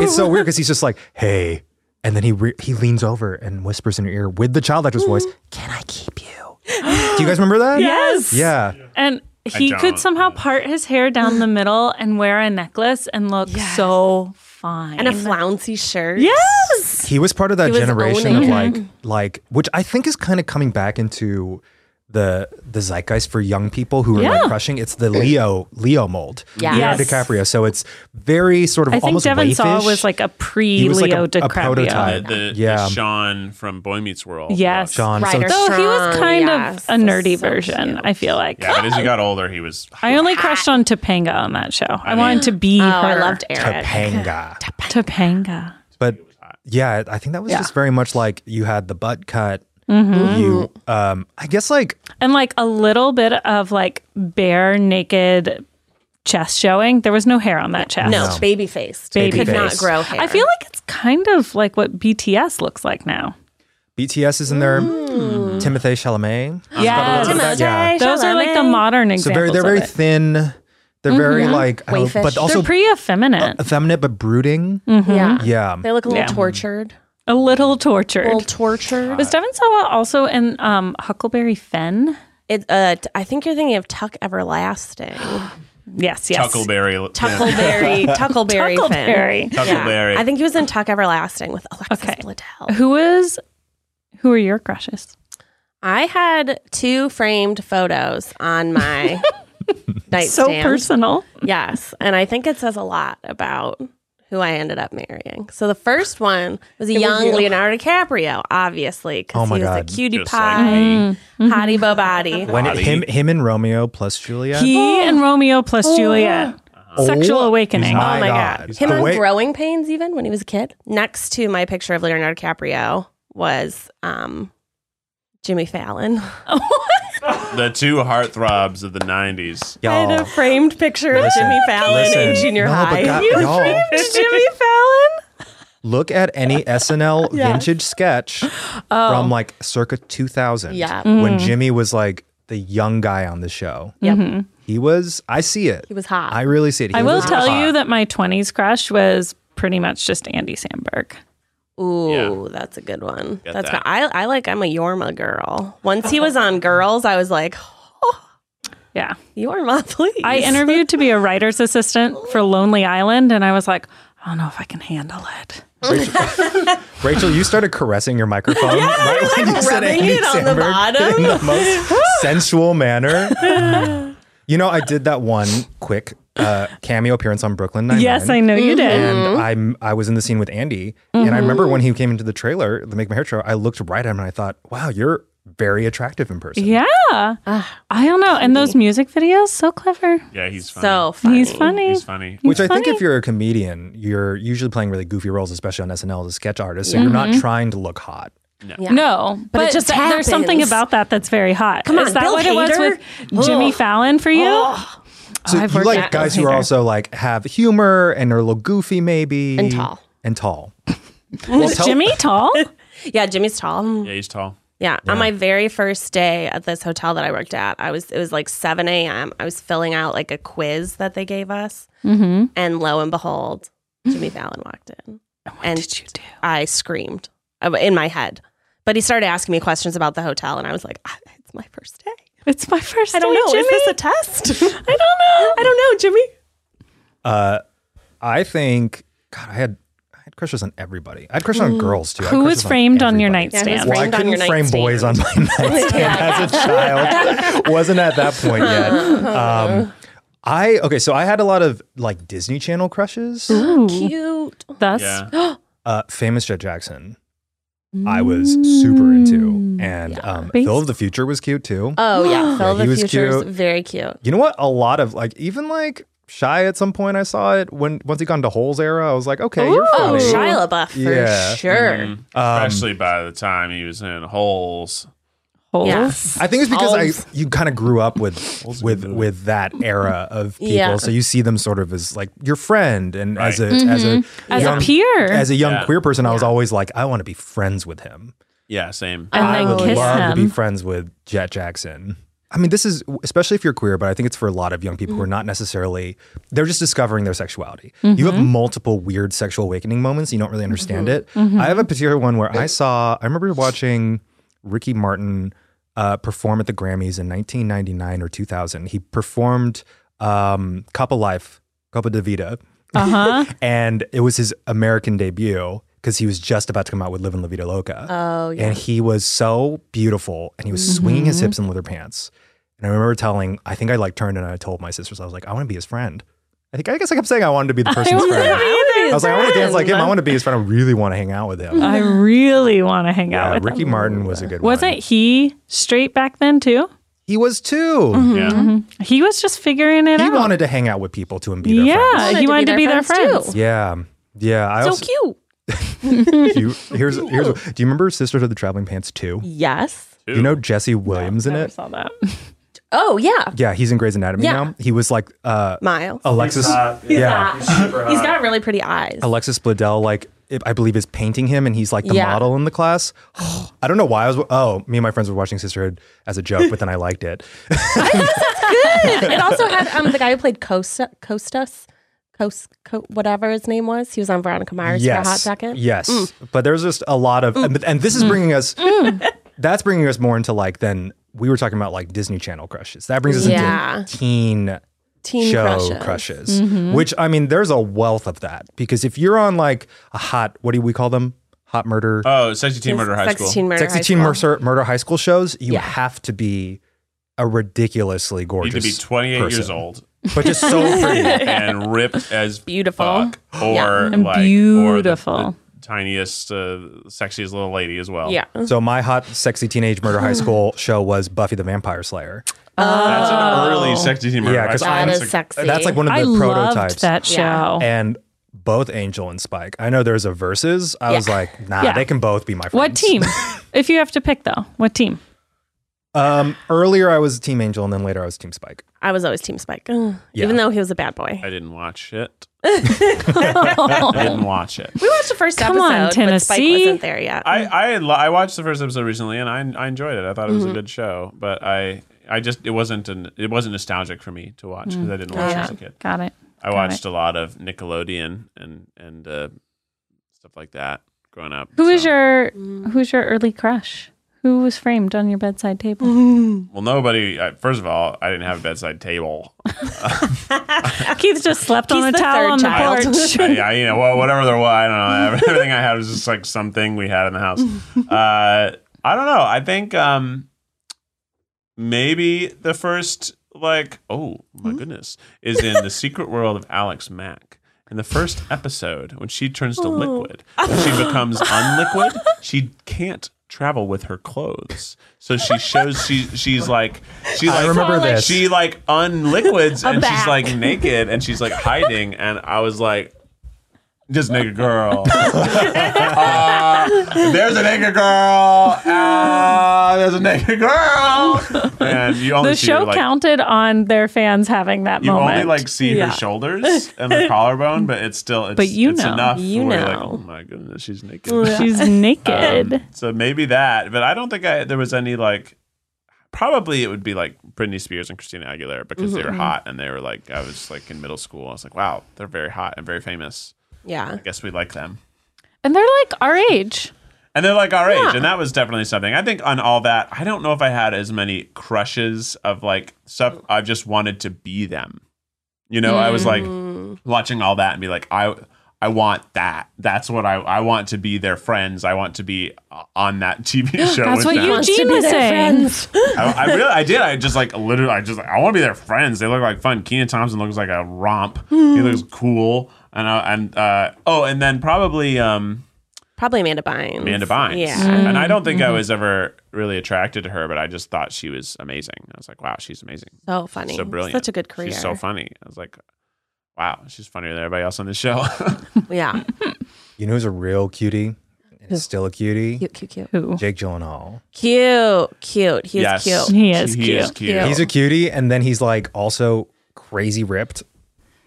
[SPEAKER 4] it's so weird because he's just like, "Hey," and then he re- he leans over and whispers in your ear with the child actor's
[SPEAKER 3] [LAUGHS]
[SPEAKER 4] voice, "Can I keep you?" Do you guys remember that?
[SPEAKER 3] Yes.
[SPEAKER 4] Yeah.
[SPEAKER 3] And he
[SPEAKER 5] don't.
[SPEAKER 3] could somehow part his
[SPEAKER 2] [GASPS]
[SPEAKER 3] hair down the middle and wear a necklace and look so fine.
[SPEAKER 2] And a flouncy shirt.
[SPEAKER 3] yes.
[SPEAKER 4] He was part of that
[SPEAKER 2] was
[SPEAKER 4] generation
[SPEAKER 2] owning
[SPEAKER 4] of like like which I think is kind of coming back into the the zeitgeist for young people who are like crushing. It's the Leo Leo mold.
[SPEAKER 2] Yeah.
[SPEAKER 4] Leonardo
[SPEAKER 3] Yes.
[SPEAKER 4] DiCaprio. So it's very sort of
[SPEAKER 3] I think
[SPEAKER 4] almost
[SPEAKER 3] Devin Sawa
[SPEAKER 4] waifish.
[SPEAKER 3] was like a pre
[SPEAKER 4] He was like
[SPEAKER 3] Leo
[SPEAKER 4] a- a
[SPEAKER 3] DiCaprio.
[SPEAKER 4] prototype.
[SPEAKER 5] The, the
[SPEAKER 4] Yeah.
[SPEAKER 5] Sean from Boy Meets World.
[SPEAKER 3] Yes.
[SPEAKER 4] Sean. So
[SPEAKER 2] Ryder
[SPEAKER 4] it's-
[SPEAKER 3] Though he was
[SPEAKER 2] Strong,
[SPEAKER 3] kind
[SPEAKER 2] yes.
[SPEAKER 3] of a nerdy
[SPEAKER 2] So
[SPEAKER 3] version, I feel like.
[SPEAKER 5] Yeah, but as he got older, he was.
[SPEAKER 3] I only crushed on Topanga on that show. I, wanted to be
[SPEAKER 2] Oh,
[SPEAKER 3] her.
[SPEAKER 2] I loved Eric.
[SPEAKER 4] Topanga.
[SPEAKER 3] Topanga.
[SPEAKER 4] but yeah, I think that was just very much like you had the butt cut. You, um, I guess, like
[SPEAKER 3] And like a little bit of like bare naked chest showing. There was no hair on that chest.
[SPEAKER 2] No, baby faced. Baby could not
[SPEAKER 4] Baby-faced.
[SPEAKER 2] grow hair.
[SPEAKER 3] I feel like it's kind of like what BTS looks like now.
[SPEAKER 4] BTS is in there, Timothy Chalamet.
[SPEAKER 3] Yes.
[SPEAKER 4] little bit of Oh, that, yeah.
[SPEAKER 2] Timothée
[SPEAKER 3] Those are like the
[SPEAKER 2] Chalamet.
[SPEAKER 3] modern
[SPEAKER 4] So
[SPEAKER 3] examples.
[SPEAKER 4] very, they're
[SPEAKER 3] of
[SPEAKER 4] very
[SPEAKER 3] it.
[SPEAKER 4] thin. They're very like, I don't-
[SPEAKER 2] Waifish.
[SPEAKER 4] but also
[SPEAKER 3] they're pretty effeminate,
[SPEAKER 4] effeminate but brooding.
[SPEAKER 2] Yeah.
[SPEAKER 4] Yeah,
[SPEAKER 2] Mm. They look a little
[SPEAKER 3] Mm-hmm. Yeah.
[SPEAKER 2] tortured.
[SPEAKER 3] a little tortured.
[SPEAKER 2] A little tortured.
[SPEAKER 3] was Devin Sawa also in um, Huckleberry Finn?
[SPEAKER 2] It, uh, t- I think you're thinking of Tuck
[SPEAKER 3] [GASPS]
[SPEAKER 2] Everlasting.
[SPEAKER 3] Yes, yes.
[SPEAKER 5] Tuckleberry.
[SPEAKER 3] [LAUGHS]
[SPEAKER 2] Tuckleberry. Tuckleberry. Finn.
[SPEAKER 3] Huckleberry.
[SPEAKER 5] Tuckleberry.
[SPEAKER 2] I think he was in Tuck Everlasting with Alexis
[SPEAKER 3] Okay.
[SPEAKER 2] Bledel.
[SPEAKER 3] Who is? Who are your crushes?
[SPEAKER 2] I had two framed photos on
[SPEAKER 3] [LAUGHS]
[SPEAKER 2] my
[SPEAKER 3] So
[SPEAKER 2] nightstand.
[SPEAKER 3] personal.
[SPEAKER 2] Yes, and I think it says a lot about who I ended up marrying. So the first one was a young Leonardo DiCaprio, obviously,
[SPEAKER 4] Oh
[SPEAKER 2] because
[SPEAKER 4] my
[SPEAKER 2] he was
[SPEAKER 4] God.
[SPEAKER 2] a cutie
[SPEAKER 5] Just like
[SPEAKER 2] pie,
[SPEAKER 3] Mm.
[SPEAKER 5] me.
[SPEAKER 2] [LAUGHS] hottie bobati.
[SPEAKER 4] [LAUGHS] when
[SPEAKER 5] Body.
[SPEAKER 4] him, him and Romeo plus Juliet.
[SPEAKER 3] He
[SPEAKER 2] Oh.
[SPEAKER 3] and Romeo plus Juliet.
[SPEAKER 4] Oh,
[SPEAKER 3] Sexual awakening.
[SPEAKER 4] My
[SPEAKER 2] Oh my
[SPEAKER 4] God.
[SPEAKER 2] god, him
[SPEAKER 4] The
[SPEAKER 2] on
[SPEAKER 4] way-
[SPEAKER 2] growing pains even when he was a kid. Next to my picture of Leonardo DiCaprio was um, Jimmy Fallon. [LAUGHS]
[SPEAKER 5] the two heartthrobs of the 90s.
[SPEAKER 2] I had a
[SPEAKER 4] y'all.
[SPEAKER 2] framed picture
[SPEAKER 4] Listen,
[SPEAKER 2] of Jimmy Fallon in
[SPEAKER 4] listen.
[SPEAKER 2] junior
[SPEAKER 4] No, but
[SPEAKER 2] high. [LAUGHS]
[SPEAKER 4] God- You y'all. framed
[SPEAKER 2] Jimmy Fallon?
[SPEAKER 4] Look at
[SPEAKER 2] [LAUGHS]
[SPEAKER 4] any SNL vintage sketch from like circa 2000.
[SPEAKER 2] Oh. Yeah. Mm-hmm.
[SPEAKER 4] when Jimmy was like the young guy on the show.
[SPEAKER 2] Yep.
[SPEAKER 4] He was. I see it.
[SPEAKER 2] He was hot.
[SPEAKER 4] I really see it. He
[SPEAKER 3] I will
[SPEAKER 4] was
[SPEAKER 3] tell
[SPEAKER 4] hot.
[SPEAKER 3] you that my 20s crush was pretty much just Andy Samberg.
[SPEAKER 2] Ooh, that's a good one.
[SPEAKER 5] Get
[SPEAKER 2] that's
[SPEAKER 5] that.
[SPEAKER 2] my- I I like I'm a Yorma girl. Once he was
[SPEAKER 5] [LAUGHS]
[SPEAKER 2] on Girls, I was like, [GASPS]
[SPEAKER 3] Yeah.
[SPEAKER 2] Yorma, [LAUGHS] please.
[SPEAKER 3] I interviewed to be a writer's assistant for Lonely Island, and I was like, I don't know if I can handle it.
[SPEAKER 4] Rachel, you started caressing
[SPEAKER 2] [LAUGHS]
[SPEAKER 4] your microphone right when you said
[SPEAKER 2] rubbing
[SPEAKER 4] Andy
[SPEAKER 2] it on the
[SPEAKER 4] Samberg
[SPEAKER 2] bottom.
[SPEAKER 4] in [LAUGHS] the
[SPEAKER 2] [LAUGHS]
[SPEAKER 4] most sensual manner. you know, I did that one quick uh, cameo appearance on Brooklyn Nine.
[SPEAKER 3] Yes, I know you did.
[SPEAKER 4] And I'm I was in the scene with Andy, and I remember when he came into the trailer, the Make My Hair trailer, I looked right at him and I thought, "Wow, you're very attractive in
[SPEAKER 2] Mm-hmm.
[SPEAKER 4] person."
[SPEAKER 3] Yeah.
[SPEAKER 2] Ah,
[SPEAKER 3] I don't know. And those music videos, so clever.
[SPEAKER 5] Yeah, he's funny.
[SPEAKER 2] so funny.
[SPEAKER 3] He's funny.
[SPEAKER 5] He's funny.
[SPEAKER 4] Which I think, if you're a comedian, you're usually playing really goofy roles, especially on SNL as a sketch artist. So you're not
[SPEAKER 3] Mm-hmm.
[SPEAKER 4] trying to look hot.
[SPEAKER 3] No, but,
[SPEAKER 2] it just
[SPEAKER 3] th- there's something
[SPEAKER 2] happens.
[SPEAKER 3] about that that's very hot.
[SPEAKER 2] Come
[SPEAKER 3] Is
[SPEAKER 2] on,
[SPEAKER 3] that
[SPEAKER 2] Bill
[SPEAKER 3] what it was
[SPEAKER 2] Hader?
[SPEAKER 3] with Jimmy
[SPEAKER 2] Ugh.
[SPEAKER 3] Fallon for you?
[SPEAKER 4] So
[SPEAKER 3] I've
[SPEAKER 4] you
[SPEAKER 3] worked
[SPEAKER 4] like
[SPEAKER 3] at
[SPEAKER 4] guys who
[SPEAKER 3] Bill
[SPEAKER 4] are
[SPEAKER 3] Hader.
[SPEAKER 4] also like have humor and are a little goofy, maybe,
[SPEAKER 2] And tall.
[SPEAKER 4] and tall. well, tell-
[SPEAKER 3] Jimmy Tall?
[SPEAKER 2] Yeah, Jimmy's tall. Mm.
[SPEAKER 5] Yeah, he's tall.
[SPEAKER 2] Yeah. On my very first day at this hotel that I worked at, I was it was like seven a.m. I was filling out like a quiz that they gave us,
[SPEAKER 3] Mm-hmm.
[SPEAKER 2] and lo and behold, Jimmy Fallon walked in. and
[SPEAKER 3] did you do?
[SPEAKER 2] I screamed uh, in my head. But he started asking me questions about the hotel, and I was like, "Ah, "It's my first day.
[SPEAKER 3] It's my first
[SPEAKER 2] I don't
[SPEAKER 3] day,
[SPEAKER 2] know.
[SPEAKER 3] Jimmy.
[SPEAKER 2] Is this a test? [LAUGHS] I don't know.
[SPEAKER 3] know.
[SPEAKER 2] I don't know, Jimmy.
[SPEAKER 4] Uh, I think God, I had I had crushes on everybody. I had crushes on girls too. I had
[SPEAKER 3] Who
[SPEAKER 4] crushes
[SPEAKER 3] was framed on your
[SPEAKER 4] everybody.
[SPEAKER 3] nightstand?
[SPEAKER 2] Yeah, who was
[SPEAKER 4] Well, I
[SPEAKER 2] Framed on your
[SPEAKER 4] couldn't frame
[SPEAKER 2] nightstand.
[SPEAKER 4] boys
[SPEAKER 2] [LAUGHS]
[SPEAKER 4] on my nightstand as a child. Wasn't at that point yet.
[SPEAKER 2] Uh-huh.
[SPEAKER 4] Um, I okay, so I had a lot of like Disney
[SPEAKER 3] Oh,
[SPEAKER 4] Channel crushes.
[SPEAKER 2] Cute. [GASPS]
[SPEAKER 3] Thus,
[SPEAKER 2] Um,
[SPEAKER 3] [GASPS]
[SPEAKER 5] Yeah.
[SPEAKER 4] Uh, famous Jet Jackson. I was super into.
[SPEAKER 2] Mm.
[SPEAKER 4] And
[SPEAKER 2] Yeah.
[SPEAKER 4] um,
[SPEAKER 3] Based-
[SPEAKER 4] Phil of the Future was cute too.
[SPEAKER 2] Oh [GASPS] yeah, Phil
[SPEAKER 4] Yeah, he
[SPEAKER 2] the
[SPEAKER 4] was
[SPEAKER 2] Future is
[SPEAKER 4] cute.
[SPEAKER 2] very cute.
[SPEAKER 4] you know what? A lot of like, even like Shy at some point, I saw it when once he got into Holes era. I was like, okay, you're
[SPEAKER 2] Oh,
[SPEAKER 4] funny.
[SPEAKER 2] Shia LaBeouf for
[SPEAKER 4] Yeah. Mm-hmm.
[SPEAKER 2] sure.
[SPEAKER 5] Mhm.
[SPEAKER 4] Um,
[SPEAKER 5] Especially by the time he was in holes.
[SPEAKER 3] Holes.
[SPEAKER 2] Yeah.
[SPEAKER 4] I think it's because
[SPEAKER 2] Holes.
[SPEAKER 4] I you kind of grew up with
[SPEAKER 5] Holes is a
[SPEAKER 4] with
[SPEAKER 5] good movie.
[SPEAKER 4] with that era of people,
[SPEAKER 2] Yeah.
[SPEAKER 4] so you see them sort of as like your friend and as a
[SPEAKER 5] Right.
[SPEAKER 4] as a
[SPEAKER 3] Mm-hmm. As
[SPEAKER 4] young,
[SPEAKER 3] a peer.
[SPEAKER 4] as a young
[SPEAKER 5] Yeah.
[SPEAKER 4] queer person, I was always like, I want to be friends with him.
[SPEAKER 5] Yeah, same.
[SPEAKER 3] and
[SPEAKER 4] I
[SPEAKER 3] then
[SPEAKER 4] would
[SPEAKER 3] kiss
[SPEAKER 4] love
[SPEAKER 3] him.
[SPEAKER 4] to [LAUGHS] be friends with Jet Jackson. I mean, this is especially if you're queer, but I think it's for a lot of young people who are not necessarily they're just discovering their sexuality. You
[SPEAKER 3] Mm-hmm.
[SPEAKER 4] have multiple weird sexual awakening moments. You don't really understand it.
[SPEAKER 3] Mm-hmm.
[SPEAKER 4] I have a particular one where I saw. I remember watching Ricky Martin uh, perform at the Grammys in 1999 or 2000. He performed um, "Cup of Life," "Copa de Vida,"
[SPEAKER 3] uh-huh. [LAUGHS]
[SPEAKER 4] and it was his American debut because he was just about to come out with "Livin' La Vida Loca."
[SPEAKER 2] Oh yeah.
[SPEAKER 4] and he was so beautiful and he was swinging his hips in leather pants and i remember telling i think i like turned and i told my sisters i was like i want to be his friend i think i guess i kept saying i wanted to be the person's
[SPEAKER 3] wanna
[SPEAKER 4] friend
[SPEAKER 3] be Mm-hmm.
[SPEAKER 4] i was like i want to dance like him i
[SPEAKER 2] friend.
[SPEAKER 4] want to be his friend i really want to hang out with him
[SPEAKER 3] I really want to hang out
[SPEAKER 4] yeah,
[SPEAKER 3] with
[SPEAKER 4] ricky
[SPEAKER 3] him.
[SPEAKER 4] martin was a good one
[SPEAKER 3] Wasn't he straight back then too?
[SPEAKER 4] he was too
[SPEAKER 2] Mm-hmm.
[SPEAKER 5] Yeah.
[SPEAKER 3] He was just figuring it
[SPEAKER 4] he
[SPEAKER 3] out.
[SPEAKER 4] wanted to hang out with people to and be their friend
[SPEAKER 3] yeah,
[SPEAKER 2] Wanted
[SPEAKER 3] he wanted to be their
[SPEAKER 2] friends,
[SPEAKER 3] friends.
[SPEAKER 2] too.
[SPEAKER 4] yeah yeah i
[SPEAKER 2] so
[SPEAKER 4] also
[SPEAKER 2] cute.
[SPEAKER 4] you, here's here's do you remember sisters of the traveling pants 2
[SPEAKER 2] Yes.
[SPEAKER 4] Do you know jesse williams in
[SPEAKER 3] Never
[SPEAKER 4] it
[SPEAKER 3] saw that.
[SPEAKER 2] Oh yeah.
[SPEAKER 4] yeah he's in grey's anatomy
[SPEAKER 2] Yeah.
[SPEAKER 4] now he was like uh
[SPEAKER 2] Miles.
[SPEAKER 4] alexis yeah Oh.
[SPEAKER 2] He's got really pretty eyes.
[SPEAKER 4] Alexis Bledel, like if- I believe, is painting him, and he's like the
[SPEAKER 2] Yeah.
[SPEAKER 4] model in
[SPEAKER 2] [GASPS]
[SPEAKER 4] the class. I don't know why I was. Oh, me and my friends were watching Sisterhood as a joke, but then I liked
[SPEAKER 2] [LAUGHS]
[SPEAKER 4] it.
[SPEAKER 2] it also had um the guy who played Costa Costas. Coast, Co- whatever his name was, he was on Veronica Mars for a hot Mm.
[SPEAKER 4] yes,
[SPEAKER 2] second.
[SPEAKER 4] yes. But there's just a lot of, and, and this is
[SPEAKER 2] Mm.
[SPEAKER 4] bringing us. [LAUGHS] That's bringing us more into like then we were talking about like Disney Channel crushes. That brings us
[SPEAKER 2] Yeah.
[SPEAKER 4] into teen
[SPEAKER 2] Teen
[SPEAKER 4] show
[SPEAKER 2] crushes. Mm-hmm.
[SPEAKER 4] crushes, which I mean, there's a wealth of that because if you're on like a hot, what do we call them? Hot murder,
[SPEAKER 5] Oh, Sexy Teen Murder High
[SPEAKER 2] Sexy
[SPEAKER 5] School.
[SPEAKER 2] Teen Murder.
[SPEAKER 4] sexy
[SPEAKER 2] High
[SPEAKER 4] teen
[SPEAKER 2] School.
[SPEAKER 4] murder, murder high school shows, you
[SPEAKER 2] Yeah.
[SPEAKER 4] have to be a ridiculously
[SPEAKER 5] You
[SPEAKER 4] gorgeous.
[SPEAKER 5] need to be 28 years
[SPEAKER 2] [LAUGHS]
[SPEAKER 4] person.
[SPEAKER 5] old
[SPEAKER 4] but
[SPEAKER 3] [LAUGHS]
[SPEAKER 4] just so pretty.
[SPEAKER 5] and ripped as
[SPEAKER 2] Beautiful.
[SPEAKER 5] fuck, or
[SPEAKER 2] Yeah.
[SPEAKER 5] like
[SPEAKER 3] And
[SPEAKER 5] or the-
[SPEAKER 3] beautiful.
[SPEAKER 5] the tiniest, uh, sexiest little lady as well.
[SPEAKER 2] Yeah.
[SPEAKER 4] So my hot, sexy teenage murder high school show was Buffy the Vampire Slayer.
[SPEAKER 5] that's an early Sexy Teen Murder
[SPEAKER 4] Yeah,
[SPEAKER 5] High
[SPEAKER 4] 'cause
[SPEAKER 5] School.
[SPEAKER 2] Oh, That
[SPEAKER 4] I'm
[SPEAKER 2] is
[SPEAKER 5] That's a-
[SPEAKER 2] sexy.
[SPEAKER 4] That's like one of the
[SPEAKER 3] I
[SPEAKER 4] prototypes.
[SPEAKER 3] loved that show.
[SPEAKER 2] Yeah.
[SPEAKER 4] And both Angel and Spike. I know there's a verses. I was
[SPEAKER 2] Yeah.
[SPEAKER 4] like, nah,
[SPEAKER 3] Yeah.
[SPEAKER 4] they can both be my friends.
[SPEAKER 3] What
[SPEAKER 4] [LAUGHS]
[SPEAKER 3] team? if you have to pick though,
[SPEAKER 2] [LAUGHS]
[SPEAKER 3] what team?
[SPEAKER 4] Um, earlier I was Team Angel, and then later I was Team Spike.
[SPEAKER 2] I was always Team Spike, Ugh.
[SPEAKER 4] Yeah.
[SPEAKER 2] even though he was a bad boy.
[SPEAKER 5] I didn't watch it. I didn't watch it.
[SPEAKER 2] Oh. We watched the first
[SPEAKER 3] Come on,
[SPEAKER 2] episode, but Spike
[SPEAKER 3] Tennessee.
[SPEAKER 2] wasn't there yet.
[SPEAKER 5] I I, had lo- I watched the first episode recently and I I enjoyed it. I thought it
[SPEAKER 3] Mm-hmm.
[SPEAKER 5] was a good show, but I I just it wasn't an it wasn't nostalgic for me to watch because I didn't watch it as a kid.
[SPEAKER 3] Mm. Oh, Got it.
[SPEAKER 5] I watched a lot of Nickelodeon and and uh, stuff like that growing up.
[SPEAKER 3] Who is
[SPEAKER 5] so-
[SPEAKER 3] your who's your early crush? Who was framed on your bedside table?
[SPEAKER 5] Well, nobody. I, first of all, I didn't have a bedside table.
[SPEAKER 2] [LAUGHS]
[SPEAKER 3] Keith just slept on
[SPEAKER 2] He's
[SPEAKER 3] a
[SPEAKER 2] the third
[SPEAKER 3] towel on [LAUGHS] the
[SPEAKER 2] child.
[SPEAKER 3] porch.
[SPEAKER 5] [LAUGHS] I, I, you know, well, whatever there was, I
[SPEAKER 4] [LAUGHS]
[SPEAKER 5] don't know. Everything I had was just like something we had in the house. Uh, I don't know. I think um, maybe the first, like, oh my
[SPEAKER 4] Hmm?
[SPEAKER 5] goodness, is in the secret world of Alex Mack. In the first episode, when she turns
[SPEAKER 4] Oh.
[SPEAKER 5] to liquid, when she becomes unliquid, she can't travel with her clothes. So she shows she she's like she's
[SPEAKER 4] I
[SPEAKER 5] like
[SPEAKER 4] remember this.
[SPEAKER 5] she like
[SPEAKER 3] [LAUGHS]
[SPEAKER 5] unliquids and she's
[SPEAKER 2] back.
[SPEAKER 5] like naked and she's like hiding and I was like this
[SPEAKER 3] [LAUGHS]
[SPEAKER 5] nigga girl. Uh, there's a nigga girl. Uh, there's a nigga girl. And you only
[SPEAKER 3] The
[SPEAKER 5] see
[SPEAKER 3] show
[SPEAKER 5] her, like,
[SPEAKER 3] counted on their fans having that
[SPEAKER 5] You
[SPEAKER 3] moment.
[SPEAKER 5] only [LAUGHS] like see
[SPEAKER 2] Yeah.
[SPEAKER 5] her shoulders
[SPEAKER 3] [LAUGHS]
[SPEAKER 5] and her collarbone, but it's still it's,
[SPEAKER 3] But you
[SPEAKER 5] it's
[SPEAKER 3] know.
[SPEAKER 5] enough.
[SPEAKER 2] You
[SPEAKER 5] where you're like,
[SPEAKER 2] know.
[SPEAKER 5] oh my goodness, she's naked.
[SPEAKER 3] She's naked.
[SPEAKER 5] Um, so maybe that, but I don't think I there was any like. Probably it would be like Britney Spears and Christina Aguilera
[SPEAKER 3] Mm-hmm,
[SPEAKER 5] because they were hot and they were like I was like in middle school. I was like, wow, they're very hot and very famous.
[SPEAKER 2] yeah.
[SPEAKER 5] I guess we like them.
[SPEAKER 3] and they're like our age.
[SPEAKER 5] And they're like our age, and that was definitely something. I think on all that, I don't know if I had as many crushes of like
[SPEAKER 3] Mm.
[SPEAKER 5] stuff. I just wanted to be them. You know, I was like
[SPEAKER 3] Mm.
[SPEAKER 5] watching all that and be like, I, I want that. That's what I, I want to be their friends. I want to be uh, on that TV
[SPEAKER 3] [GASPS]
[SPEAKER 5] show.
[SPEAKER 3] That's
[SPEAKER 5] with
[SPEAKER 3] what
[SPEAKER 5] them.
[SPEAKER 3] you
[SPEAKER 2] Wants to
[SPEAKER 3] Eugene
[SPEAKER 2] be
[SPEAKER 3] was
[SPEAKER 2] their
[SPEAKER 3] saying.
[SPEAKER 2] friends.
[SPEAKER 5] I, I really, I did. I just like literally, I just like, I want to be their friends. They look like fun. Keenan Thompson looks like a
[SPEAKER 2] Hmm.
[SPEAKER 5] uh, romp. He looks cool. And I, and uh, oh, and then probably um,
[SPEAKER 2] Probably Amanda Bynes.
[SPEAKER 5] Amanda Bynes.
[SPEAKER 2] Yeah. Mm-hmm.
[SPEAKER 5] And I don't think I was ever really attracted to her, but I just thought she was amazing. I was like, wow, she's amazing.
[SPEAKER 2] So funny.
[SPEAKER 5] So brilliant.
[SPEAKER 2] Such a good career.
[SPEAKER 5] She's so funny. I was like, wow, she's funnier than everybody else on this show.
[SPEAKER 2] [LAUGHS]
[SPEAKER 5] [LAUGHS]
[SPEAKER 2] Yeah.
[SPEAKER 4] You know who's a real cutie? And is still a cutie?
[SPEAKER 2] Cute, cute, cute.
[SPEAKER 3] Who?
[SPEAKER 4] Jake Gyllenhaal.
[SPEAKER 2] Cute, cute. He's
[SPEAKER 5] yes.
[SPEAKER 2] cute.
[SPEAKER 3] He is
[SPEAKER 5] He is
[SPEAKER 3] cute.
[SPEAKER 5] cute.
[SPEAKER 2] Cute.
[SPEAKER 4] He's a cutie, and then he's like also crazy ripped,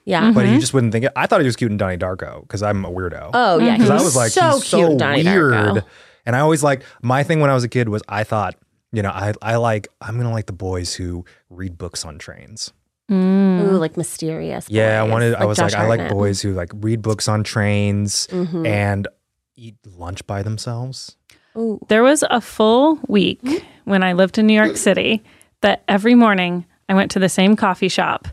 [SPEAKER 2] Yeah.
[SPEAKER 4] but you just wouldn't think it. I thought he was cute in Donnie Darko because I'm a weirdo.
[SPEAKER 2] Mm-hmm. Oh, yeah. He
[SPEAKER 4] Because I was like,
[SPEAKER 2] so
[SPEAKER 4] he's
[SPEAKER 2] cute,
[SPEAKER 4] so
[SPEAKER 2] in Donnie
[SPEAKER 4] weird.
[SPEAKER 2] Darko.
[SPEAKER 4] And I always like my thing when I was a kid was I thought, you know, I I like I'm gonna like the boys who read books on trains.
[SPEAKER 3] Mm.
[SPEAKER 2] Mm-hmm. Ooh, like mysterious.
[SPEAKER 4] Yeah, I
[SPEAKER 2] boys,
[SPEAKER 4] wanted. I was
[SPEAKER 2] Josh
[SPEAKER 4] like, I like
[SPEAKER 2] Hartnett.
[SPEAKER 4] boys who like read books on trains
[SPEAKER 2] Mhm.
[SPEAKER 4] and eat lunch by themselves.
[SPEAKER 2] Ooh.
[SPEAKER 3] There was a full week when I lived in New York City that every morning I went to the same coffee shop.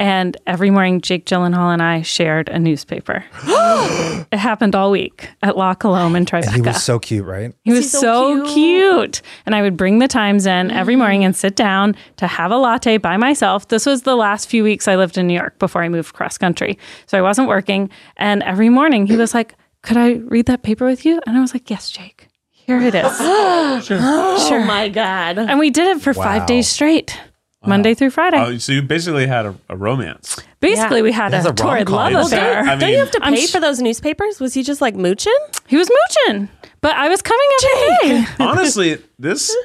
[SPEAKER 3] And every morning, Jake Gyllenhaal and I shared a newspaper. it happened all week at La Colombe in Tribeca.
[SPEAKER 4] And
[SPEAKER 2] [LAUGHS]
[SPEAKER 4] he was so cute, right?
[SPEAKER 3] He was
[SPEAKER 2] he so
[SPEAKER 3] so
[SPEAKER 2] cute?
[SPEAKER 3] cute? And I would bring the times in every morning and sit down to have a latte by myself. This was the last few weeks I lived in New York before I moved cross country. So I wasn't working. And every morning he was like, Could I read that paper with you? And I was like, Yes, Jake. Here it is.
[SPEAKER 2] Oh, my [LAUGHS] God.
[SPEAKER 3] and we did it for
[SPEAKER 4] Wow.
[SPEAKER 3] five days straight. Monday through Friday.
[SPEAKER 5] Oh, so you basically had a, a romance.
[SPEAKER 3] Basically,
[SPEAKER 2] yeah.
[SPEAKER 3] we had
[SPEAKER 4] That's
[SPEAKER 3] a,
[SPEAKER 4] a
[SPEAKER 3] torrid
[SPEAKER 4] rom-com,
[SPEAKER 3] love
[SPEAKER 4] isn't it?
[SPEAKER 3] affair.
[SPEAKER 5] I
[SPEAKER 2] Don't you have to
[SPEAKER 3] I'm
[SPEAKER 2] pay
[SPEAKER 3] sh-
[SPEAKER 2] for those newspapers? Was he just like mooching?
[SPEAKER 3] He was mooching, but I was coming every day.
[SPEAKER 5] Honestly, this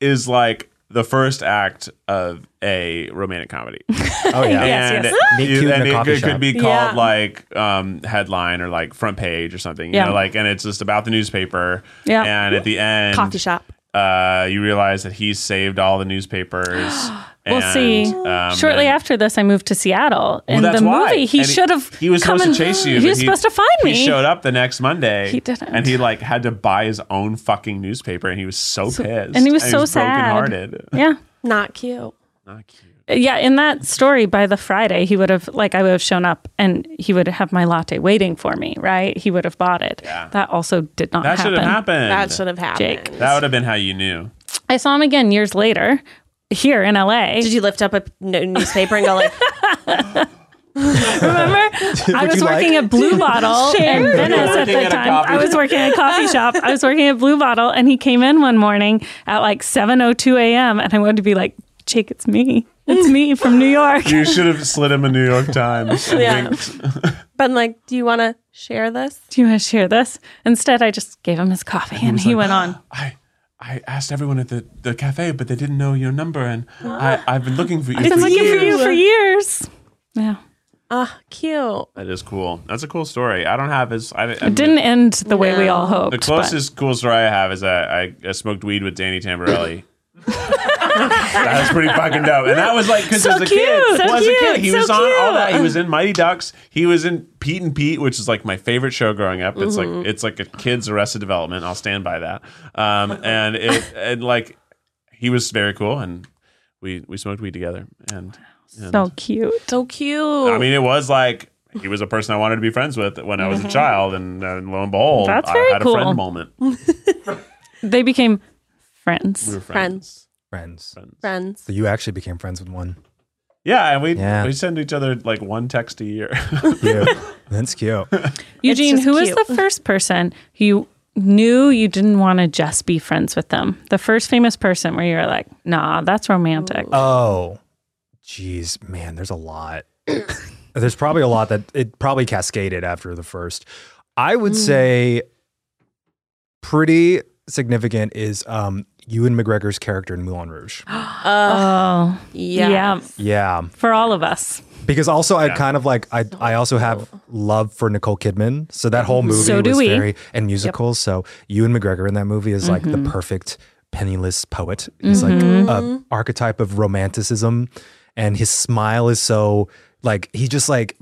[SPEAKER 5] is like the first act of a
[SPEAKER 3] [LAUGHS]
[SPEAKER 5] romantic comedy.
[SPEAKER 4] Oh yeah.
[SPEAKER 5] and
[SPEAKER 3] yes.
[SPEAKER 4] Meet
[SPEAKER 5] you-
[SPEAKER 4] cute in
[SPEAKER 5] and
[SPEAKER 4] a
[SPEAKER 5] it
[SPEAKER 4] coffee
[SPEAKER 5] could, could
[SPEAKER 4] shop.
[SPEAKER 5] be called
[SPEAKER 2] Yeah.
[SPEAKER 5] like um, headline or like front page or something. You
[SPEAKER 3] Yeah.
[SPEAKER 5] know, like and it's just about the newspaper.
[SPEAKER 3] Yeah.
[SPEAKER 5] And at the end,
[SPEAKER 2] Coffee shop.
[SPEAKER 5] Uh, you realize that he's saved all the newspapers.
[SPEAKER 3] [GASPS] We'll
[SPEAKER 5] and,
[SPEAKER 3] see.
[SPEAKER 5] um,
[SPEAKER 3] Shortly
[SPEAKER 5] and-
[SPEAKER 3] after this, I moved to Seattle. In
[SPEAKER 5] Well,
[SPEAKER 3] the
[SPEAKER 5] that's why.
[SPEAKER 3] movie, he
[SPEAKER 5] And
[SPEAKER 3] should have.
[SPEAKER 5] He was
[SPEAKER 3] come
[SPEAKER 5] supposed to
[SPEAKER 3] and-
[SPEAKER 5] chase you.
[SPEAKER 3] He
[SPEAKER 5] but
[SPEAKER 3] was supposed to find me.
[SPEAKER 5] He showed up the next Monday.
[SPEAKER 3] He didn't.
[SPEAKER 5] And he like had to buy his own fucking newspaper, and he was so, pissed.
[SPEAKER 3] and he was so sad.
[SPEAKER 5] brokenhearted.
[SPEAKER 3] Yeah.
[SPEAKER 2] Not cute.
[SPEAKER 5] Not cute.
[SPEAKER 3] Yeah, in that story, by the Friday, he would have, like, I would have shown up and he would have my latte waiting for me, right? He would have bought it. That also did not
[SPEAKER 5] That should
[SPEAKER 3] happen.
[SPEAKER 5] have happened.
[SPEAKER 2] That should have happened.
[SPEAKER 3] Jake.
[SPEAKER 5] That would have been how you knew.
[SPEAKER 3] I saw him again years later here in LA.
[SPEAKER 2] Did you lift up a n- newspaper and go like,
[SPEAKER 3] remember?
[SPEAKER 5] [LAUGHS]
[SPEAKER 3] I
[SPEAKER 4] Would
[SPEAKER 3] was
[SPEAKER 4] you like?
[SPEAKER 3] working at Blue Bottle in Venice at
[SPEAKER 5] working
[SPEAKER 3] the
[SPEAKER 5] at a
[SPEAKER 3] time.
[SPEAKER 5] coffee
[SPEAKER 3] I was working at a
[SPEAKER 5] [LAUGHS]
[SPEAKER 3] coffee shop. I was working at Blue Bottle, and he came in one morning at like 7:02 a.m. and I wanted to be like, Jake, it's me, it's me from New
[SPEAKER 5] [LAUGHS]
[SPEAKER 3] York.
[SPEAKER 5] You should have slid him a New York Times.
[SPEAKER 2] [LAUGHS]
[SPEAKER 5] and
[SPEAKER 2] Yeah.
[SPEAKER 5] winked.
[SPEAKER 2] but like, do you want to share this?
[SPEAKER 3] Do you want to share this? Instead, I just gave him his coffee, and he went on.
[SPEAKER 5] [LAUGHS] I I asked everyone at the, the cafe, but they didn't know your number, and I, I've been looking for you.
[SPEAKER 3] I've been
[SPEAKER 5] for
[SPEAKER 3] looking for you
[SPEAKER 5] years.
[SPEAKER 3] for years. Yeah,
[SPEAKER 2] Ah, cute.
[SPEAKER 5] That is cool. That's a cool story. I don't have as I, I
[SPEAKER 3] it didn't end the way we
[SPEAKER 2] No.
[SPEAKER 3] all hoped.
[SPEAKER 5] The closest cool story I have is that I, I smoked weed with Danny Tamborelli. that was pretty fucking dope, and that was like because
[SPEAKER 3] So
[SPEAKER 5] as a
[SPEAKER 3] cute,
[SPEAKER 5] kid,
[SPEAKER 3] so
[SPEAKER 5] well, as a
[SPEAKER 3] cute,
[SPEAKER 5] kid, he
[SPEAKER 3] so
[SPEAKER 5] was on all
[SPEAKER 3] cute.
[SPEAKER 5] that. He was in Mighty Ducks. He was in Pete and Pete, which is like my favorite show growing up. It's
[SPEAKER 3] Mm-hmm.
[SPEAKER 5] like it's like a kid's Arrested Development. I'll stand by that. Um, and it and like he was very cool, and we we smoked weed together, and
[SPEAKER 3] but so cute.
[SPEAKER 2] So cute.
[SPEAKER 5] I mean, it was like he was a person I wanted to be friends with when I was a child, and, and lo and behold,
[SPEAKER 3] Mm-hmm. That's
[SPEAKER 5] I
[SPEAKER 3] very
[SPEAKER 5] had
[SPEAKER 3] cool.
[SPEAKER 5] a friend moment. We
[SPEAKER 3] They became friends.
[SPEAKER 5] were
[SPEAKER 2] Friends.
[SPEAKER 4] Friends.
[SPEAKER 2] friends.
[SPEAKER 4] So you actually became friends with
[SPEAKER 2] [LAUGHS]
[SPEAKER 4] one.
[SPEAKER 5] Yeah, and we
[SPEAKER 4] Yeah.
[SPEAKER 5] we send each other like one text a [LAUGHS] year.
[SPEAKER 4] Cute. That's cute.
[SPEAKER 3] Eugene,
[SPEAKER 2] just
[SPEAKER 3] who was
[SPEAKER 2] cute.
[SPEAKER 3] the first person who you knew you didn't want to just be friends with them? The first famous person where you were like, nah, that's romantic.
[SPEAKER 4] Oh, jeez, man, there's a lot. [COUGHS] there's probably a lot that it probably cascaded after the first. I would say pretty significant is um Ewan McGregor's character in Moulin Rouge.
[SPEAKER 3] oh,
[SPEAKER 2] Yeah.
[SPEAKER 3] yeah.
[SPEAKER 4] yeah.
[SPEAKER 3] For all of us.
[SPEAKER 4] Because also I kind of like I I also have
[SPEAKER 2] Oh.
[SPEAKER 4] love for Nicole Kidman. So that
[SPEAKER 2] Mm-hmm.
[SPEAKER 4] whole movie
[SPEAKER 3] So do
[SPEAKER 4] was
[SPEAKER 3] we.
[SPEAKER 4] very and musicals. So Ewan McGregor in that movie is like
[SPEAKER 2] Mm-hmm.
[SPEAKER 4] the perfect penniless poet. He's like a archetype of romanticism and his smile is so like he's just like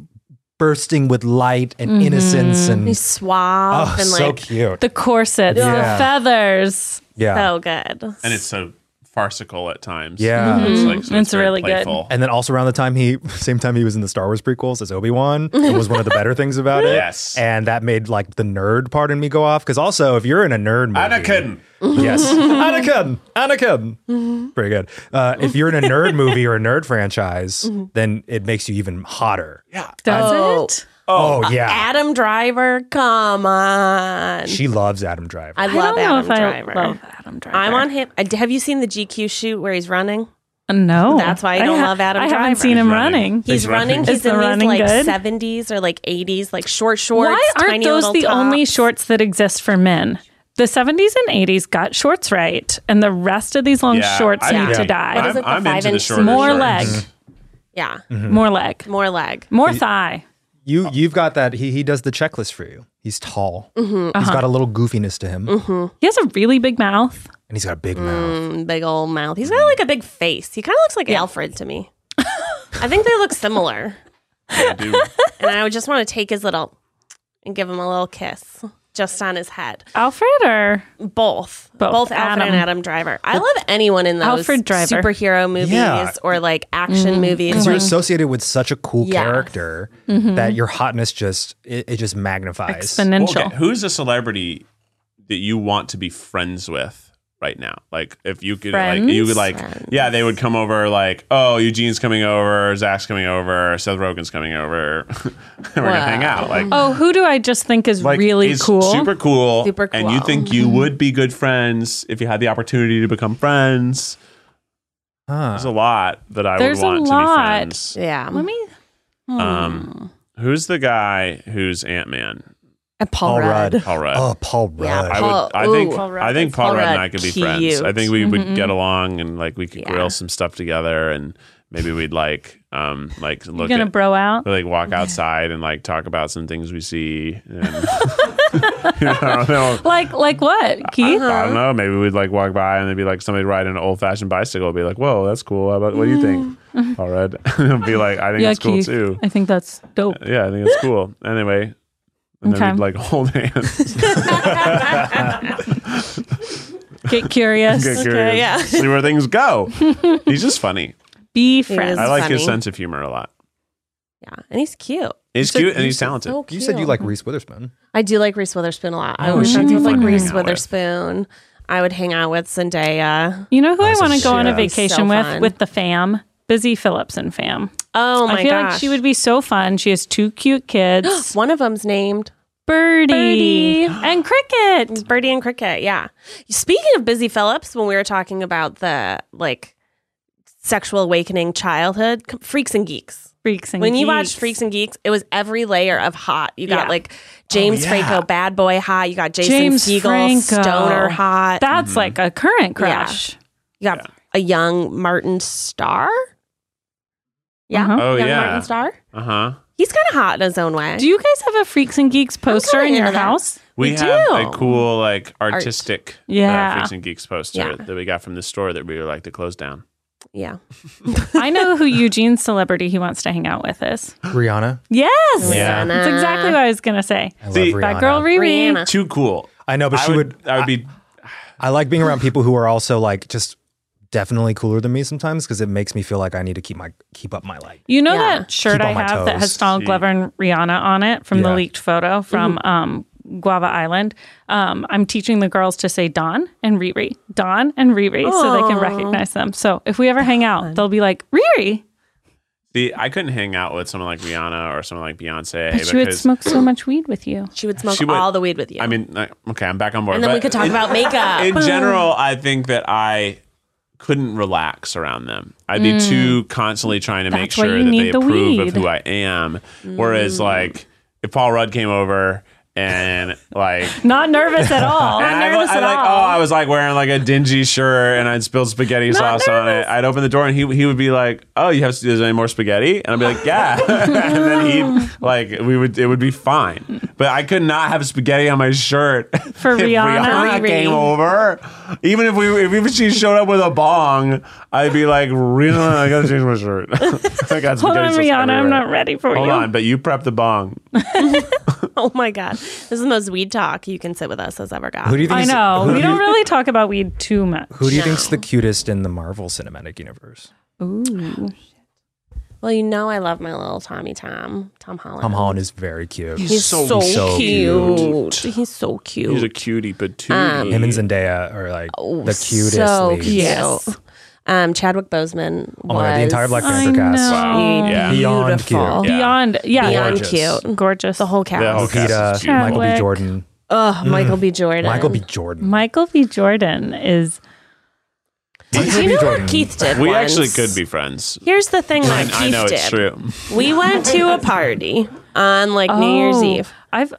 [SPEAKER 4] bursting with light and innocence and
[SPEAKER 2] Mm-hmm. He's suave
[SPEAKER 4] [LAUGHS] oh,
[SPEAKER 2] and
[SPEAKER 4] so
[SPEAKER 2] like
[SPEAKER 4] cute.
[SPEAKER 3] The corsets,
[SPEAKER 4] Yeah.
[SPEAKER 3] the feathers.
[SPEAKER 4] yeah.
[SPEAKER 2] so good.
[SPEAKER 5] and [LAUGHS] it's so farcical at times.
[SPEAKER 4] Yeah.
[SPEAKER 5] It's like so
[SPEAKER 3] It's
[SPEAKER 5] very
[SPEAKER 3] really good.
[SPEAKER 5] playful.
[SPEAKER 4] And then also around the time he, [LAUGHS] same time he was in the Star Wars prequels as Obi Wan,
[SPEAKER 2] [LAUGHS]
[SPEAKER 4] it was one of the better things about it.
[SPEAKER 5] Yes.
[SPEAKER 4] and that made like the nerd part in me go off. Because also, if you're in a nerd movie,
[SPEAKER 5] Anakin.
[SPEAKER 4] [LAUGHS]
[SPEAKER 2] [LAUGHS]
[SPEAKER 4] yes, Anakin,
[SPEAKER 2] Mm-hmm.
[SPEAKER 4] Anakin, pretty good. Uh, if you're in a
[SPEAKER 2] [LAUGHS] Mm-hmm.
[SPEAKER 4] nerd movie or a nerd franchise, then it makes you even hotter.
[SPEAKER 5] Yeah.
[SPEAKER 3] Does
[SPEAKER 2] Oh.
[SPEAKER 3] it?
[SPEAKER 4] Oh, yeah.
[SPEAKER 2] Adam Driver, come on.
[SPEAKER 4] She loves Adam Driver.
[SPEAKER 2] I
[SPEAKER 3] I
[SPEAKER 2] love
[SPEAKER 3] don't know
[SPEAKER 2] Adam
[SPEAKER 3] if I
[SPEAKER 2] Driver.
[SPEAKER 3] love Adam Driver. Uh,
[SPEAKER 2] I'm on him. uh, Have you seen the GQ shoot where he's running?
[SPEAKER 3] No,
[SPEAKER 2] That's why I don't love Adam
[SPEAKER 3] I haven't
[SPEAKER 2] Driver.
[SPEAKER 3] seen him
[SPEAKER 5] He's
[SPEAKER 3] running.
[SPEAKER 5] running.
[SPEAKER 2] He's running.
[SPEAKER 3] Is
[SPEAKER 2] He's
[SPEAKER 3] the
[SPEAKER 2] in these
[SPEAKER 3] running
[SPEAKER 2] like
[SPEAKER 3] good?
[SPEAKER 2] 70s or like 80s, like short shorts.
[SPEAKER 3] Why aren't
[SPEAKER 2] tiny
[SPEAKER 3] those
[SPEAKER 2] little
[SPEAKER 3] the only
[SPEAKER 2] tops.
[SPEAKER 3] shorts that exist for men? The 70s and 80s got shorts right, and the rest of these long shorts
[SPEAKER 5] I
[SPEAKER 3] need
[SPEAKER 5] think-
[SPEAKER 3] to die.
[SPEAKER 2] What is
[SPEAKER 5] I'm,
[SPEAKER 2] it, the
[SPEAKER 5] I'm
[SPEAKER 2] five
[SPEAKER 5] into the
[SPEAKER 2] inch
[SPEAKER 5] shorter
[SPEAKER 3] More
[SPEAKER 5] shorts. Mm-hmm.
[SPEAKER 3] leg,
[SPEAKER 2] Yeah,
[SPEAKER 5] Hmm.
[SPEAKER 3] more leg,
[SPEAKER 2] more leg.
[SPEAKER 3] more thigh.
[SPEAKER 4] You you've got that. He he does the checklist for you. He's tall.
[SPEAKER 2] Mm-hmm.
[SPEAKER 4] He's
[SPEAKER 2] Uh-huh.
[SPEAKER 4] got a little goofiness to him,
[SPEAKER 3] He has a really big mouth.
[SPEAKER 4] and he's got a big mouth.
[SPEAKER 2] Mm, big old mouth. He's got like a big face. He kind of looks like Alfred to me. I think they look similar,
[SPEAKER 5] I do.
[SPEAKER 2] and I would just want to take his little and give him a little kiss just on his head.
[SPEAKER 3] Alfred or
[SPEAKER 2] Both,
[SPEAKER 3] Both.
[SPEAKER 2] Alfred
[SPEAKER 3] Adam.
[SPEAKER 2] and Adam Driver. I love anyone in those
[SPEAKER 3] Alfred Driver.
[SPEAKER 2] superhero movies
[SPEAKER 4] Yeah.
[SPEAKER 2] or like action movies.
[SPEAKER 4] Because you're
[SPEAKER 3] Mm-hmm.
[SPEAKER 2] like-
[SPEAKER 4] associated with such a cool
[SPEAKER 2] Yes.
[SPEAKER 4] character that your hotness just it, it just magnifies.
[SPEAKER 5] Well,
[SPEAKER 3] exponential?
[SPEAKER 5] okay, Who's a celebrity that you want to be friends with right now? Like, if you could, like, you
[SPEAKER 3] Friends?
[SPEAKER 5] could, like, yeah, they would come over, like, oh, Eugene's coming over, Zach's coming over, Seth Rogen's coming over, [LAUGHS] and we're gonna hang out. Like,
[SPEAKER 3] Oh, who do I just think is
[SPEAKER 5] like
[SPEAKER 3] really
[SPEAKER 5] it's
[SPEAKER 3] cool?
[SPEAKER 5] super cool,
[SPEAKER 2] Super
[SPEAKER 5] and you
[SPEAKER 2] cool.
[SPEAKER 5] think you would be good friends if you had the opportunity to become friends.
[SPEAKER 4] Huh.
[SPEAKER 5] There's a lot that I
[SPEAKER 3] There's a
[SPEAKER 5] would want to
[SPEAKER 3] lot.
[SPEAKER 5] be friends.
[SPEAKER 2] yeah,
[SPEAKER 3] Let me.
[SPEAKER 5] Um, who's the guy who's Ant Man?
[SPEAKER 2] And Paul,
[SPEAKER 4] Paul
[SPEAKER 2] Rudd.
[SPEAKER 4] Rudd.
[SPEAKER 5] Paul Rudd.
[SPEAKER 4] Oh, Paul Rudd.
[SPEAKER 2] Yeah,
[SPEAKER 5] I
[SPEAKER 2] Paul-
[SPEAKER 5] would. I
[SPEAKER 2] ooh.
[SPEAKER 5] think.
[SPEAKER 2] Paul
[SPEAKER 3] Rudd.
[SPEAKER 5] I think Paul
[SPEAKER 2] Paul
[SPEAKER 5] Rudd and I
[SPEAKER 2] Rudd,
[SPEAKER 5] could be
[SPEAKER 2] cute.
[SPEAKER 5] friends. I think we would
[SPEAKER 3] Mhm.
[SPEAKER 5] get along and like we could
[SPEAKER 2] Yeah.
[SPEAKER 5] grill some stuff together, and maybe we'd like um like
[SPEAKER 3] You're
[SPEAKER 5] look
[SPEAKER 3] gonna
[SPEAKER 5] at Uh,
[SPEAKER 3] bro out.
[SPEAKER 5] like walk outside and like talk about some things we see. And, [LAUGHS] you know, I don't know.
[SPEAKER 3] Like, like what, Keith?
[SPEAKER 5] I
[SPEAKER 2] Uh-huh.
[SPEAKER 5] don't know. Maybe we'd like walk by and there'd be like somebody riding an old fashioned bicycle. Would be like, "Whoa, that's cool. How about what do you think?"
[SPEAKER 2] Mm-hmm.
[SPEAKER 5] Paul [LAUGHS] Rudd be like, "I think
[SPEAKER 3] yeah,
[SPEAKER 5] it's cool
[SPEAKER 3] Keith.
[SPEAKER 5] too."
[SPEAKER 3] I think that's
[SPEAKER 5] [LAUGHS]
[SPEAKER 3] dope.
[SPEAKER 5] Yeah, I think it's cool. Anyway, and
[SPEAKER 3] Okay.
[SPEAKER 5] then we'd like [LAUGHS] hold hands,
[SPEAKER 3] Get curious.
[SPEAKER 5] get curious,
[SPEAKER 2] yeah.
[SPEAKER 5] see where
[SPEAKER 2] [LAUGHS]
[SPEAKER 5] things go. He's just funny.
[SPEAKER 3] Be
[SPEAKER 2] is.
[SPEAKER 3] friends.
[SPEAKER 5] I like his
[SPEAKER 2] funny.
[SPEAKER 5] sense of humor a lot.
[SPEAKER 2] Yeah, and he's cute.
[SPEAKER 5] He's
[SPEAKER 4] So
[SPEAKER 5] cute and
[SPEAKER 4] you
[SPEAKER 5] he's
[SPEAKER 4] said-
[SPEAKER 5] talented.
[SPEAKER 2] So
[SPEAKER 4] You
[SPEAKER 2] cute.
[SPEAKER 4] said you like Reese
[SPEAKER 3] [GASPS]
[SPEAKER 4] Witherspoon.
[SPEAKER 2] I do like Reese Witherspoon a lot. I
[SPEAKER 5] Oh,
[SPEAKER 2] was
[SPEAKER 5] she'd
[SPEAKER 2] friends
[SPEAKER 5] be
[SPEAKER 2] with like
[SPEAKER 5] fun to
[SPEAKER 2] Reese
[SPEAKER 5] hang out with.
[SPEAKER 2] Witherspoon. I would hang out with Zendaya.
[SPEAKER 3] You know who I
[SPEAKER 4] That's a
[SPEAKER 3] want to go on a
[SPEAKER 4] shame.
[SPEAKER 3] vacation
[SPEAKER 2] So
[SPEAKER 3] with?
[SPEAKER 2] fun.
[SPEAKER 3] With the fam. Busy Phillips and fam.
[SPEAKER 2] Oh my
[SPEAKER 3] I feel
[SPEAKER 2] gosh,
[SPEAKER 3] like she would be so fun. She has two
[SPEAKER 2] [GASPS]
[SPEAKER 3] cute kids,
[SPEAKER 2] One of them's named
[SPEAKER 3] Birdie, and Cricket.
[SPEAKER 2] Birdie and Cricket. Yeah. Speaking of Busy Phillips, when we were talking about the like sexual awakening childhood, c- Freaks and Geeks.
[SPEAKER 3] Freaks and
[SPEAKER 2] When you
[SPEAKER 3] Geeks.
[SPEAKER 2] watched Freaks and Geeks, it was every layer of hot. You got
[SPEAKER 3] Yeah.
[SPEAKER 2] like
[SPEAKER 5] Oh,
[SPEAKER 2] James
[SPEAKER 4] yeah.
[SPEAKER 2] Franco, bad boy hot. You got Jason
[SPEAKER 3] James
[SPEAKER 2] Segel,
[SPEAKER 3] Franco.
[SPEAKER 2] stoner hot.
[SPEAKER 5] Mm-hmm.
[SPEAKER 3] that's like a current crush.
[SPEAKER 2] you got a young Martin Starr. Yeah.
[SPEAKER 3] Uh-huh.
[SPEAKER 5] Oh,
[SPEAKER 2] young
[SPEAKER 5] yeah.
[SPEAKER 2] Martin Starr.
[SPEAKER 5] Uh huh.
[SPEAKER 2] He's kind of hot in his own way.
[SPEAKER 3] Do you guys have a Freaks and Geeks poster
[SPEAKER 2] kinda
[SPEAKER 3] in your
[SPEAKER 2] into that.
[SPEAKER 3] house?
[SPEAKER 5] We,
[SPEAKER 2] We
[SPEAKER 5] have
[SPEAKER 2] do.
[SPEAKER 5] a cool like artistic
[SPEAKER 3] Yeah.
[SPEAKER 5] uh, Freaks and Geeks poster
[SPEAKER 2] Yeah.
[SPEAKER 5] that we got from the store that we were like to close down.
[SPEAKER 2] yeah.
[SPEAKER 3] I know who [LAUGHS] Eugene's celebrity he wants to hang out with is.
[SPEAKER 4] Rihanna.
[SPEAKER 3] Yes.
[SPEAKER 5] Yeah.
[SPEAKER 3] That's exactly what I was going to say.
[SPEAKER 4] I
[SPEAKER 5] See,
[SPEAKER 4] love Rihanna.
[SPEAKER 3] That girl Riri.
[SPEAKER 2] Rihanna.
[SPEAKER 5] Too cool.
[SPEAKER 4] I know, but
[SPEAKER 5] I
[SPEAKER 4] she would.
[SPEAKER 5] would, I would be
[SPEAKER 4] I like being
[SPEAKER 5] [LAUGHS]
[SPEAKER 4] around people who are also like just definitely cooler than me sometimes because it makes me feel like I need to keep my keep up my light.
[SPEAKER 3] You know
[SPEAKER 2] Yeah.
[SPEAKER 3] that shirt
[SPEAKER 4] Keep
[SPEAKER 3] I
[SPEAKER 4] on my
[SPEAKER 3] have that has
[SPEAKER 4] toes.
[SPEAKER 3] Donald Glover and Rihanna on it from the
[SPEAKER 4] Yeah.
[SPEAKER 3] leaked photo from
[SPEAKER 2] Mm-hmm.
[SPEAKER 3] um, Guava Island. Um, I'm teaching the girls to say Don and Riri, Don and Riri, so they can recognize them. So if we ever hang out, they'll be like Riri,
[SPEAKER 5] See, I couldn't hang out with someone like Rihanna or someone like Beyonce
[SPEAKER 3] but she would
[SPEAKER 5] because-
[SPEAKER 3] smoke so much weed with you.
[SPEAKER 2] She would smoke
[SPEAKER 5] She would.
[SPEAKER 2] all the weed with you.
[SPEAKER 5] I mean, like, okay, I'm back on board.
[SPEAKER 2] and then we
[SPEAKER 5] but
[SPEAKER 2] could talk
[SPEAKER 5] in-
[SPEAKER 2] about makeup.
[SPEAKER 5] In general, I think that I couldn't relax around them. I'd be too constantly trying to make
[SPEAKER 3] Mm. That's why
[SPEAKER 5] sure
[SPEAKER 3] you
[SPEAKER 5] that they
[SPEAKER 3] need the
[SPEAKER 5] approve
[SPEAKER 3] weed.
[SPEAKER 5] of who I am.
[SPEAKER 2] Mm.
[SPEAKER 5] Whereas, like, if Paul Rudd came over and like.
[SPEAKER 3] Not nervous
[SPEAKER 4] [LAUGHS]
[SPEAKER 3] at all.
[SPEAKER 5] And I,
[SPEAKER 3] nervous
[SPEAKER 5] I
[SPEAKER 3] at
[SPEAKER 5] like,
[SPEAKER 3] all.
[SPEAKER 5] oh, I was like wearing like a dingy shirt, and I'd spilled spaghetti sauce on it. I'd open the door, and he he would be like, "Oh, you have is there any more spaghetti?" And I'd be like, "Yeah," [LAUGHS] and
[SPEAKER 3] [LAUGHS]
[SPEAKER 5] then he like we would it would be fine. But I could not have spaghetti on my shirt
[SPEAKER 3] For
[SPEAKER 5] [LAUGHS] if
[SPEAKER 3] Rihanna.
[SPEAKER 5] Rihanna
[SPEAKER 3] Riri.
[SPEAKER 5] came over, even if we if even she showed up with a bong, I'd be like, "Rihanna, I gotta change my shirt." [LAUGHS] I got
[SPEAKER 3] Hold on,
[SPEAKER 5] spaghetti sauce
[SPEAKER 3] Rihanna,
[SPEAKER 5] everywhere.
[SPEAKER 3] I'm not ready for
[SPEAKER 5] Hold
[SPEAKER 3] you.
[SPEAKER 5] on, but you prepped the bong.
[SPEAKER 2] [LAUGHS] oh my god, this is the most weed talk you can sit with us has ever got.
[SPEAKER 4] Who do you think?
[SPEAKER 3] I
[SPEAKER 4] is-
[SPEAKER 3] know
[SPEAKER 5] [LAUGHS]
[SPEAKER 4] Who
[SPEAKER 3] we
[SPEAKER 4] do
[SPEAKER 3] don't
[SPEAKER 4] you,
[SPEAKER 3] really talk about weed too much.
[SPEAKER 4] who do you think's the cutest in the Marvel Cinematic Universe?
[SPEAKER 3] Ooh.
[SPEAKER 2] well, you know I love my little Tommy Tom, Tom Holland.
[SPEAKER 4] Tom Holland is very cute.
[SPEAKER 2] He's so,
[SPEAKER 4] so
[SPEAKER 2] cute. Um, He's so cute.
[SPEAKER 5] He's a cutie patootie.
[SPEAKER 3] Oh,
[SPEAKER 4] Him and Zendaya are like the cutest.
[SPEAKER 2] so
[SPEAKER 4] leads.
[SPEAKER 2] cute.
[SPEAKER 3] Yes.
[SPEAKER 2] Um, Chadwick Boseman.
[SPEAKER 4] Oh my god, the entire Black
[SPEAKER 2] was
[SPEAKER 4] Panther
[SPEAKER 3] I
[SPEAKER 4] cast.
[SPEAKER 3] know.
[SPEAKER 5] Wow. Yeah.
[SPEAKER 4] Beyond
[SPEAKER 2] beautiful.
[SPEAKER 5] cute.
[SPEAKER 3] Beyond, yeah,
[SPEAKER 2] Beyond
[SPEAKER 4] Gorgeous.
[SPEAKER 2] cute.
[SPEAKER 3] gorgeous.
[SPEAKER 2] The whole cast.
[SPEAKER 5] The whole cast.
[SPEAKER 4] Peta,
[SPEAKER 5] is cute.
[SPEAKER 4] Michael B.
[SPEAKER 3] Chadwick.
[SPEAKER 4] Jordan.
[SPEAKER 2] Ugh, Michael B. Jordan.
[SPEAKER 4] Mm. Michael B. Jordan.
[SPEAKER 3] Michael B. Jordan is
[SPEAKER 4] Michael
[SPEAKER 2] Do
[SPEAKER 4] B.
[SPEAKER 2] you know
[SPEAKER 4] Jordan.
[SPEAKER 2] what Keith did?
[SPEAKER 5] We
[SPEAKER 2] once?
[SPEAKER 5] actually could be friends.
[SPEAKER 2] Here's the thing that
[SPEAKER 5] I,
[SPEAKER 2] Keith
[SPEAKER 5] I know
[SPEAKER 2] did.
[SPEAKER 5] it's true. [LAUGHS]
[SPEAKER 2] We went to a party on like New Year's
[SPEAKER 3] Oh,
[SPEAKER 2] Eve.
[SPEAKER 3] I've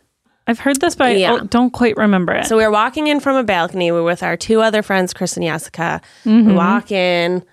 [SPEAKER 3] I've heard this, but I
[SPEAKER 2] Yeah.
[SPEAKER 3] oh, don't quite remember it.
[SPEAKER 2] So we were walking in from a balcony. We were with our two other friends, Chris and Jessica. We walk in,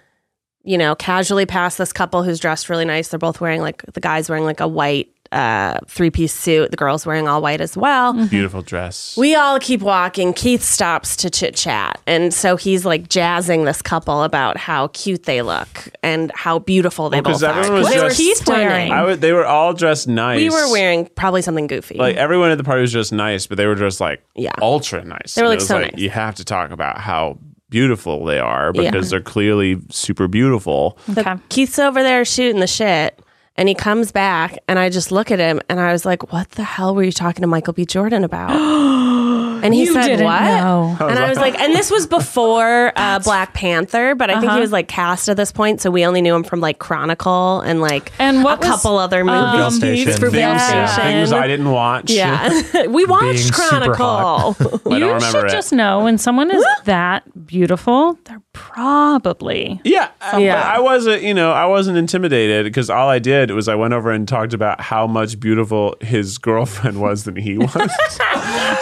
[SPEAKER 2] you know, casually past this couple who's dressed really nice. They're both wearing like the guy's wearing like a white uh, three piece suit. The girl's wearing all white as well.
[SPEAKER 5] Beautiful dress.
[SPEAKER 2] We all keep walking. Keith stops to chit chat. And so he's like jazzing this couple about how cute they look and how beautiful they
[SPEAKER 5] Well, 'cause
[SPEAKER 2] both are.
[SPEAKER 5] everyone was
[SPEAKER 2] They were
[SPEAKER 5] dressed-
[SPEAKER 2] Keith wearing.
[SPEAKER 5] I would, they were all dressed nice.
[SPEAKER 2] we were wearing probably something goofy.
[SPEAKER 5] like everyone at the party was just nice, but they were just like
[SPEAKER 2] Yeah.
[SPEAKER 5] ultra nice.
[SPEAKER 2] They were,
[SPEAKER 5] And
[SPEAKER 2] like,
[SPEAKER 5] it was
[SPEAKER 2] so nice.
[SPEAKER 5] You have to talk about how beautiful they are
[SPEAKER 2] Yeah.
[SPEAKER 5] because they're clearly super beautiful.
[SPEAKER 3] okay.
[SPEAKER 2] Keith's over there shooting the shit. And he comes back, and I just look at him, and I was like, "What the hell were you talking to Michael B. Jordan
[SPEAKER 3] [GASPS]
[SPEAKER 2] about?" and he
[SPEAKER 3] You
[SPEAKER 2] said,
[SPEAKER 3] didn't
[SPEAKER 2] "What?"
[SPEAKER 3] know.
[SPEAKER 2] And I was like, "And this was
[SPEAKER 3] [LAUGHS]
[SPEAKER 2] before uh, Black Panther, but I think
[SPEAKER 3] Uh-huh.
[SPEAKER 2] he was like cast at this point, so we only knew him from like Chronicle and like
[SPEAKER 3] And
[SPEAKER 2] a
[SPEAKER 3] what was-
[SPEAKER 2] couple other movies
[SPEAKER 4] Film Station.
[SPEAKER 2] for Film
[SPEAKER 5] Things,
[SPEAKER 3] Yeah.
[SPEAKER 2] Station.
[SPEAKER 5] things [LAUGHS] I didn't watch.
[SPEAKER 2] yeah, [LAUGHS] we watched
[SPEAKER 4] super hot.
[SPEAKER 2] [LAUGHS] Chronicle.
[SPEAKER 5] I
[SPEAKER 3] you
[SPEAKER 5] don't remember
[SPEAKER 3] should
[SPEAKER 5] it.
[SPEAKER 3] just know when someone is that beautiful, they're probably
[SPEAKER 5] Yeah, uh,
[SPEAKER 2] Yeah.
[SPEAKER 5] but I wasn't, you know, I wasn't intimidated because all I did was I went over and talked about how much beautiful his girlfriend was than he was. [LAUGHS]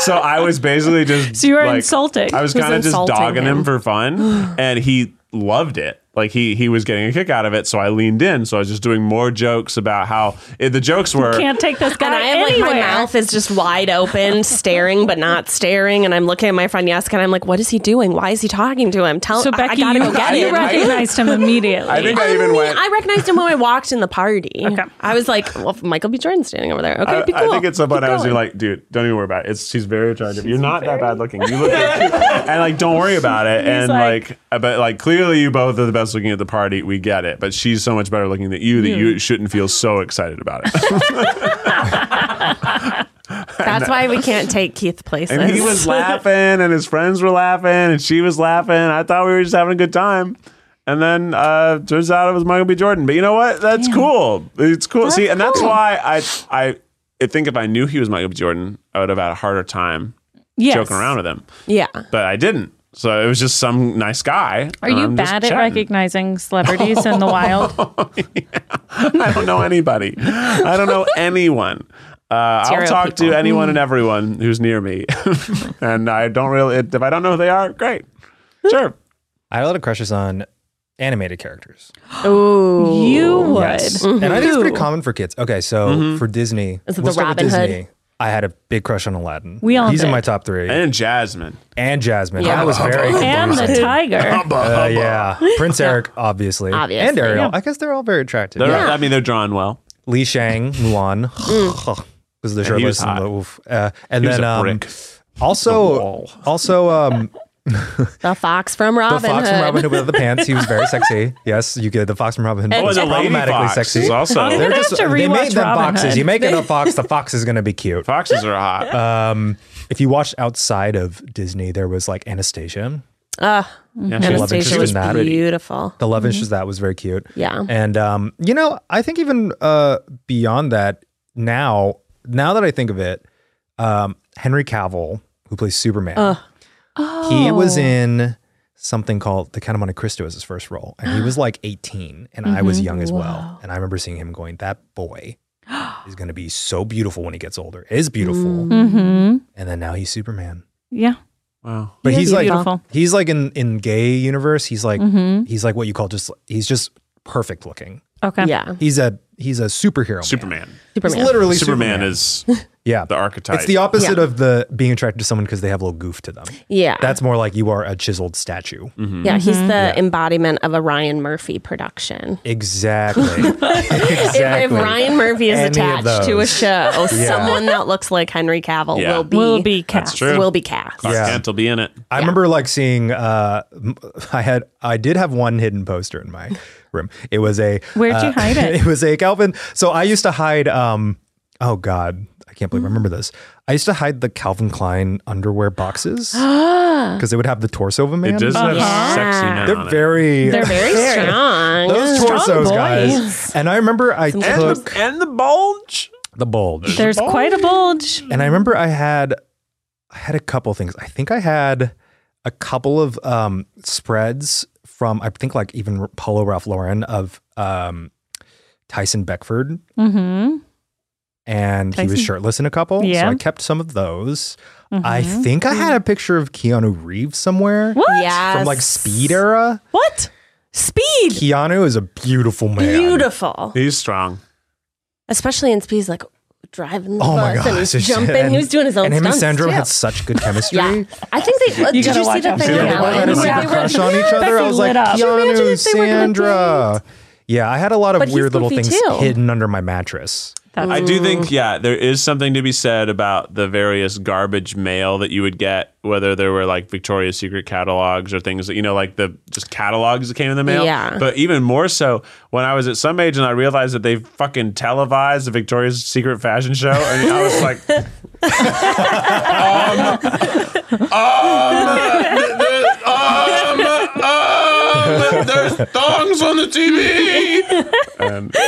[SPEAKER 5] so I was basically just
[SPEAKER 3] So you were
[SPEAKER 5] like,
[SPEAKER 3] insulting.
[SPEAKER 5] I was
[SPEAKER 2] It was
[SPEAKER 5] kind of just
[SPEAKER 2] insulting
[SPEAKER 5] dogging him.
[SPEAKER 2] him.
[SPEAKER 5] for fun, and he loved it. Like he he was getting a kick out of it, so I leaned in. So I was just doing more jokes about how eh, the jokes were.
[SPEAKER 3] can't take this
[SPEAKER 2] [LAUGHS]
[SPEAKER 3] guy
[SPEAKER 2] And I am
[SPEAKER 3] anywhere.
[SPEAKER 2] like my mouth is just wide open, staring but not staring, and I'm looking at my friend Jessica, and I'm like, "What is he doing? Why is he talking to him? Tell
[SPEAKER 3] so
[SPEAKER 2] I-
[SPEAKER 3] Becky,
[SPEAKER 2] I gotta
[SPEAKER 3] you,
[SPEAKER 2] go get
[SPEAKER 3] you
[SPEAKER 2] him."
[SPEAKER 3] recognized him immediately.
[SPEAKER 5] [LAUGHS] I think I
[SPEAKER 2] I,
[SPEAKER 5] even
[SPEAKER 2] mean,
[SPEAKER 5] went.
[SPEAKER 2] I recognized him when I walked in the party.
[SPEAKER 3] Okay.
[SPEAKER 2] I was like, well, Michael B. Jordan's standing over there. Okay,
[SPEAKER 5] I,
[SPEAKER 2] be cool.
[SPEAKER 5] I think it's someone
[SPEAKER 2] Keep
[SPEAKER 5] I was
[SPEAKER 2] going.
[SPEAKER 5] like, dude, don't even worry about it. It's she's very attractive. You're not that bad looking. You look good too. and like, don't worry about it. and
[SPEAKER 3] like-
[SPEAKER 5] like, but like, clearly you both are the best looking at the party. We get it. But she's so much better looking than you that you shouldn't feel so excited about it.
[SPEAKER 2] That's why we can't take Keith places.
[SPEAKER 5] and he was laughing, and his friends were laughing, and she was laughing. I thought we were just having a good time. And then uh, turns out it was Michael B. Jordan. But you know what? That's cool. It's cool. See, and that's why I I I think if I knew he was Michael B. Jordan, I would have had a harder time
[SPEAKER 3] yes.
[SPEAKER 5] joking around with him.
[SPEAKER 2] yeah.
[SPEAKER 5] but I didn't. So it was just some nice guy.
[SPEAKER 3] Are you bad at recognizing celebrities
[SPEAKER 5] [LAUGHS]
[SPEAKER 3] in the wild?
[SPEAKER 5] I don't know anybody. I don't know anyone. Uh, I'll
[SPEAKER 2] Zero
[SPEAKER 5] talk to
[SPEAKER 2] people.
[SPEAKER 5] anyone and everyone who's near me, [LAUGHS] and I don't really. If I don't know who they are, great. Sure.
[SPEAKER 4] I had a lot of crushes on animated characters.
[SPEAKER 2] Ooh.
[SPEAKER 3] You would.
[SPEAKER 4] And I think it's pretty common for kids. Okay, so for Disney,
[SPEAKER 2] Is it
[SPEAKER 4] we'll
[SPEAKER 2] the
[SPEAKER 4] start with
[SPEAKER 2] Robin Hood?
[SPEAKER 4] Disney. I had a big crush on Aladdin.
[SPEAKER 3] We all
[SPEAKER 4] He's in
[SPEAKER 3] did.
[SPEAKER 4] my top three. And,
[SPEAKER 5] And Jasmine.
[SPEAKER 4] Jasmine.
[SPEAKER 2] Yeah.
[SPEAKER 4] I was very.
[SPEAKER 3] and the
[SPEAKER 2] [LAUGHS]
[SPEAKER 3] tiger.
[SPEAKER 4] Uh, yeah. Prince Eric, obviously.
[SPEAKER 2] Obviously.
[SPEAKER 4] And Ariel. I guess they're all very attractive.
[SPEAKER 5] They're,
[SPEAKER 4] Yeah.
[SPEAKER 5] I mean, they're drawn well.
[SPEAKER 4] Lee Shang, Mulan. [SIGHS] was the
[SPEAKER 5] And he was
[SPEAKER 4] shirtless and the
[SPEAKER 5] hot.
[SPEAKER 4] oof. Uh, and
[SPEAKER 5] He was
[SPEAKER 4] then
[SPEAKER 5] a
[SPEAKER 4] um,
[SPEAKER 5] brick. The
[SPEAKER 4] also
[SPEAKER 5] wall.
[SPEAKER 4] also um,
[SPEAKER 2] The fox from
[SPEAKER 4] the
[SPEAKER 2] Robin
[SPEAKER 4] fox
[SPEAKER 2] Hood.
[SPEAKER 4] from Robin Hood with the pants. He was very sexy.
[SPEAKER 3] [LAUGHS]
[SPEAKER 4] Yes, you get the fox from Robin Hood.
[SPEAKER 5] Oh,
[SPEAKER 4] was
[SPEAKER 5] and the lady
[SPEAKER 4] problematically
[SPEAKER 5] fox
[SPEAKER 4] sexy. [LAUGHS]
[SPEAKER 5] is also.
[SPEAKER 3] They're gonna have to
[SPEAKER 4] they made
[SPEAKER 3] rewatch
[SPEAKER 4] them
[SPEAKER 3] Robin
[SPEAKER 4] boxes.
[SPEAKER 3] Hood. [LAUGHS]
[SPEAKER 4] You make it a fox, the fox is gonna be cute.
[SPEAKER 5] foxes are hot.
[SPEAKER 4] If you watched outside of Disney, there was like Anastasia.
[SPEAKER 5] yeah,
[SPEAKER 4] she
[SPEAKER 5] she's-
[SPEAKER 4] loved it.
[SPEAKER 2] Anastasia
[SPEAKER 4] She
[SPEAKER 2] was
[SPEAKER 4] was not pretty.
[SPEAKER 2] beautiful.
[SPEAKER 4] The love interest that was very cute.
[SPEAKER 2] Yeah.
[SPEAKER 4] And um, you know, I think even uh beyond that, now now that I think of it, um, Henry Cavill, who plays Superman, he was in something called The Count of Monte Cristo as his first role, and he was like 18, and I was young as well. And I remember seeing him going, "That boy is going to be so beautiful when he gets older. Is beautiful."
[SPEAKER 3] hmm
[SPEAKER 4] And then now he's Superman,
[SPEAKER 3] Yeah.
[SPEAKER 5] Wow.
[SPEAKER 4] but
[SPEAKER 3] He is
[SPEAKER 4] he's like
[SPEAKER 3] beautiful.
[SPEAKER 4] he's like in in gay universe. He's like
[SPEAKER 2] Mm-hmm.
[SPEAKER 3] hmm
[SPEAKER 4] he's like what you call just he's just perfect looking.
[SPEAKER 3] Okay.
[SPEAKER 2] Yeah.
[SPEAKER 4] He's a he's a superhero. man.
[SPEAKER 5] Superman.
[SPEAKER 4] He's
[SPEAKER 2] Superman.
[SPEAKER 4] literally
[SPEAKER 5] Superman is
[SPEAKER 4] yeah.
[SPEAKER 5] the archetype.
[SPEAKER 4] It's the opposite of the being attracted to someone because they have a little goof to them.
[SPEAKER 2] Yeah.
[SPEAKER 4] That's more like you are a chiseled statue.
[SPEAKER 5] Mm-hmm.
[SPEAKER 2] yeah. He's the embodiment of a Ryan Murphy production. [LAUGHS]
[SPEAKER 4] Exactly. exactly.
[SPEAKER 2] If, if Ryan Murphy is
[SPEAKER 4] Any of
[SPEAKER 2] attached to a
[SPEAKER 4] those. [LAUGHS]
[SPEAKER 2] show, someone that looks like Henry Cavill
[SPEAKER 5] Yeah.
[SPEAKER 2] will be
[SPEAKER 3] Will be cast.
[SPEAKER 5] That's true.
[SPEAKER 2] will be cast. [GASPS]
[SPEAKER 5] Clark
[SPEAKER 4] Yeah.
[SPEAKER 5] Kent will be in it.
[SPEAKER 4] I remember like seeing. Uh, m- I had. I did have one hidden poster in my [LAUGHS] room. It was a. [LAUGHS]
[SPEAKER 3] Where'd you
[SPEAKER 4] uh,
[SPEAKER 3] hide it?
[SPEAKER 4] it was a Calvin. So I used to hide. Um. Oh God. I I can't believe I remember this. I used to hide the Calvin Klein
[SPEAKER 3] [GASPS]
[SPEAKER 4] underwear boxes because they would have the torso of a man.
[SPEAKER 5] It does have
[SPEAKER 2] Yeah.
[SPEAKER 5] sexy men
[SPEAKER 4] They're
[SPEAKER 5] on it.
[SPEAKER 4] very [LAUGHS]
[SPEAKER 3] They're very
[SPEAKER 2] strong.
[SPEAKER 4] those
[SPEAKER 3] Strong
[SPEAKER 4] torsos,
[SPEAKER 3] boys.
[SPEAKER 4] guys. And I remember I
[SPEAKER 5] and,
[SPEAKER 4] took
[SPEAKER 5] the, and the bulge.
[SPEAKER 4] the bulge.
[SPEAKER 3] There's
[SPEAKER 5] Oh,
[SPEAKER 3] quite a bulge.
[SPEAKER 4] And I remember I had I had a couple things. I think I had a couple of um spreads from I think like even Polo Ralph Lauren of um Tyson Beckford
[SPEAKER 3] Mm-hmm.
[SPEAKER 4] and he was
[SPEAKER 3] Tyson-
[SPEAKER 4] shirtless in a couple. So
[SPEAKER 3] Yeah.
[SPEAKER 4] I kept some of those. I
[SPEAKER 2] Mm-hmm.
[SPEAKER 4] think I had a picture of Keanu Reeves somewhere
[SPEAKER 3] What?
[SPEAKER 2] Yes.
[SPEAKER 4] from like Speed era.
[SPEAKER 2] What? Speed.
[SPEAKER 4] Keanu is a beautiful Oh, man.
[SPEAKER 2] Beautiful.
[SPEAKER 5] He's strong.
[SPEAKER 2] Especially in Speed, he's like driving the
[SPEAKER 4] Oh my
[SPEAKER 2] bus
[SPEAKER 4] god!
[SPEAKER 2] and he's jumping. he was doing his own
[SPEAKER 4] And him and
[SPEAKER 2] stunts,
[SPEAKER 4] Sandro
[SPEAKER 2] too.
[SPEAKER 4] had such good chemistry.
[SPEAKER 2] Yeah. I think they. Uh,
[SPEAKER 3] You
[SPEAKER 2] did
[SPEAKER 3] gotta
[SPEAKER 2] you see
[SPEAKER 3] watch
[SPEAKER 2] the
[SPEAKER 3] out.
[SPEAKER 2] thing
[SPEAKER 3] Yeah,
[SPEAKER 4] They
[SPEAKER 3] they
[SPEAKER 2] now?
[SPEAKER 3] were-
[SPEAKER 4] had
[SPEAKER 3] they were
[SPEAKER 4] a secret
[SPEAKER 3] they were-
[SPEAKER 4] crush on each other. I
[SPEAKER 3] Becky
[SPEAKER 4] was like,
[SPEAKER 3] lit up. Could
[SPEAKER 2] you imagine
[SPEAKER 4] Keanu,
[SPEAKER 2] if they were
[SPEAKER 4] Sandra. Yeah, I had a lot of
[SPEAKER 2] But he's
[SPEAKER 4] weird little
[SPEAKER 2] goofy,
[SPEAKER 4] things
[SPEAKER 2] too.
[SPEAKER 4] hidden under my mattress.
[SPEAKER 3] That's
[SPEAKER 5] I do think, yeah, there is something to be said about the various garbage mail that you would get, whether there were like Victoria's Secret catalogs or things that, you know, like the just catalogs that came in the mail.
[SPEAKER 2] Yeah.
[SPEAKER 5] But even more so, when I was at some age and I realized that they fucking televised the Victoria's Secret fashion show, and I was like, um, um, th- th- um, um, there's thongs on the [LAUGHS] TV.
[SPEAKER 2] [LAUGHS]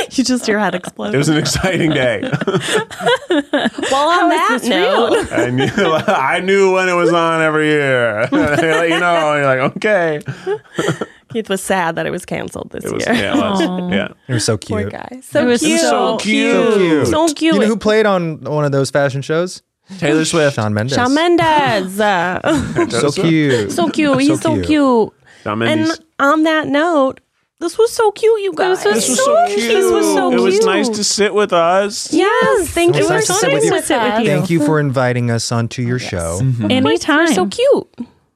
[SPEAKER 2] You just your head explode.
[SPEAKER 5] It was an exciting day.
[SPEAKER 2] well, on that note,
[SPEAKER 5] I knew [LAUGHS] I knew when it was on every year. [LAUGHS] they let you know, and you're like, okay.
[SPEAKER 2] Keith was sad that it was canceled this
[SPEAKER 5] It was,
[SPEAKER 2] year. [LAUGHS]
[SPEAKER 5] yeah, it was. yeah.
[SPEAKER 4] They were so
[SPEAKER 2] Poor
[SPEAKER 4] cute.
[SPEAKER 2] guy. So
[SPEAKER 3] was
[SPEAKER 2] cute.
[SPEAKER 3] so
[SPEAKER 5] cute.
[SPEAKER 2] So cute.
[SPEAKER 4] You know who played on one of those fashion shows?
[SPEAKER 5] Taylor Swift.
[SPEAKER 4] Shawn Mendes.
[SPEAKER 2] Shawn Mendes.
[SPEAKER 4] [LAUGHS] So cute.
[SPEAKER 2] so cute. He's so, cute.
[SPEAKER 5] Shawn
[SPEAKER 2] And
[SPEAKER 5] Mendes.
[SPEAKER 2] on that note, this was so cute, you guys.
[SPEAKER 3] This was so cute.
[SPEAKER 2] This was so
[SPEAKER 5] It
[SPEAKER 2] cute.
[SPEAKER 5] was nice to sit with us.
[SPEAKER 2] Yes, thank
[SPEAKER 4] It
[SPEAKER 2] you
[SPEAKER 4] was
[SPEAKER 2] for
[SPEAKER 4] nice to sit
[SPEAKER 2] sitting
[SPEAKER 4] with
[SPEAKER 2] with,
[SPEAKER 4] you.
[SPEAKER 2] us.
[SPEAKER 3] you.
[SPEAKER 4] Thank you for inviting us onto your show.
[SPEAKER 3] Mm-hmm. Anytime.
[SPEAKER 2] So cute.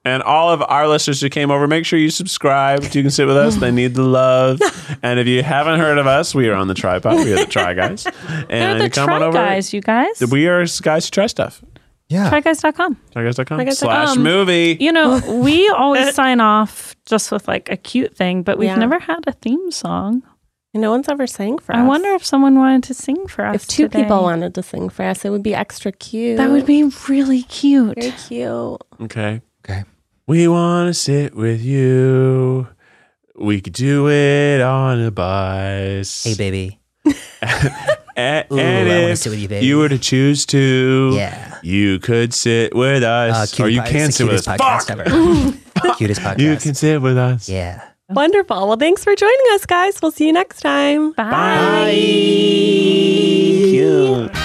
[SPEAKER 5] And all of our listeners who came over, make sure you subscribe. You can sit with us. They need
[SPEAKER 2] [LAUGHS]
[SPEAKER 5] the love. And if you haven't heard of us, we are on the tripod. We are the Try
[SPEAKER 2] [LAUGHS]
[SPEAKER 5] Guys.
[SPEAKER 3] They're
[SPEAKER 5] And
[SPEAKER 3] the
[SPEAKER 5] come
[SPEAKER 3] Try
[SPEAKER 5] on over.
[SPEAKER 3] Guys, you guys.
[SPEAKER 5] We are guys who try stuff.
[SPEAKER 4] Yeah.
[SPEAKER 3] TryGuys.com.
[SPEAKER 5] TryGuys.com
[SPEAKER 2] Tryguys.com.
[SPEAKER 5] slash movie.
[SPEAKER 2] [LAUGHS]
[SPEAKER 3] You know, we always sign off just with like a cute thing, but we've
[SPEAKER 2] Yeah.
[SPEAKER 3] never had a theme song.
[SPEAKER 2] No one's ever sang for us.
[SPEAKER 3] I wonder if someone wanted to sing for us.
[SPEAKER 2] if two
[SPEAKER 3] today.
[SPEAKER 2] people wanted to sing for us, it would be extra cute.
[SPEAKER 3] That would be really cute.
[SPEAKER 2] very cute.
[SPEAKER 5] Okay.
[SPEAKER 4] Okay.
[SPEAKER 5] We want to sit with you. We could do it on a bus.
[SPEAKER 1] Hey, baby.
[SPEAKER 5] A-
[SPEAKER 1] Ooh,
[SPEAKER 5] and
[SPEAKER 1] I wanna
[SPEAKER 5] if
[SPEAKER 1] sit with you, baby.
[SPEAKER 5] were to choose to,
[SPEAKER 1] Yeah.
[SPEAKER 5] you could sit with
[SPEAKER 1] Uh,
[SPEAKER 5] us, or
[SPEAKER 1] cutie
[SPEAKER 5] Oh, you
[SPEAKER 1] pie- it's
[SPEAKER 5] can
[SPEAKER 1] the
[SPEAKER 5] sit with us.
[SPEAKER 1] cutest podcast
[SPEAKER 5] Fuck!
[SPEAKER 1] ever.
[SPEAKER 2] [LAUGHS]
[SPEAKER 1] cutest podcast.
[SPEAKER 5] You can sit with us.
[SPEAKER 1] Yeah.
[SPEAKER 2] Wonderful. Well, thanks for joining us, guys. We'll see you next time.
[SPEAKER 3] Bye.
[SPEAKER 5] Cute.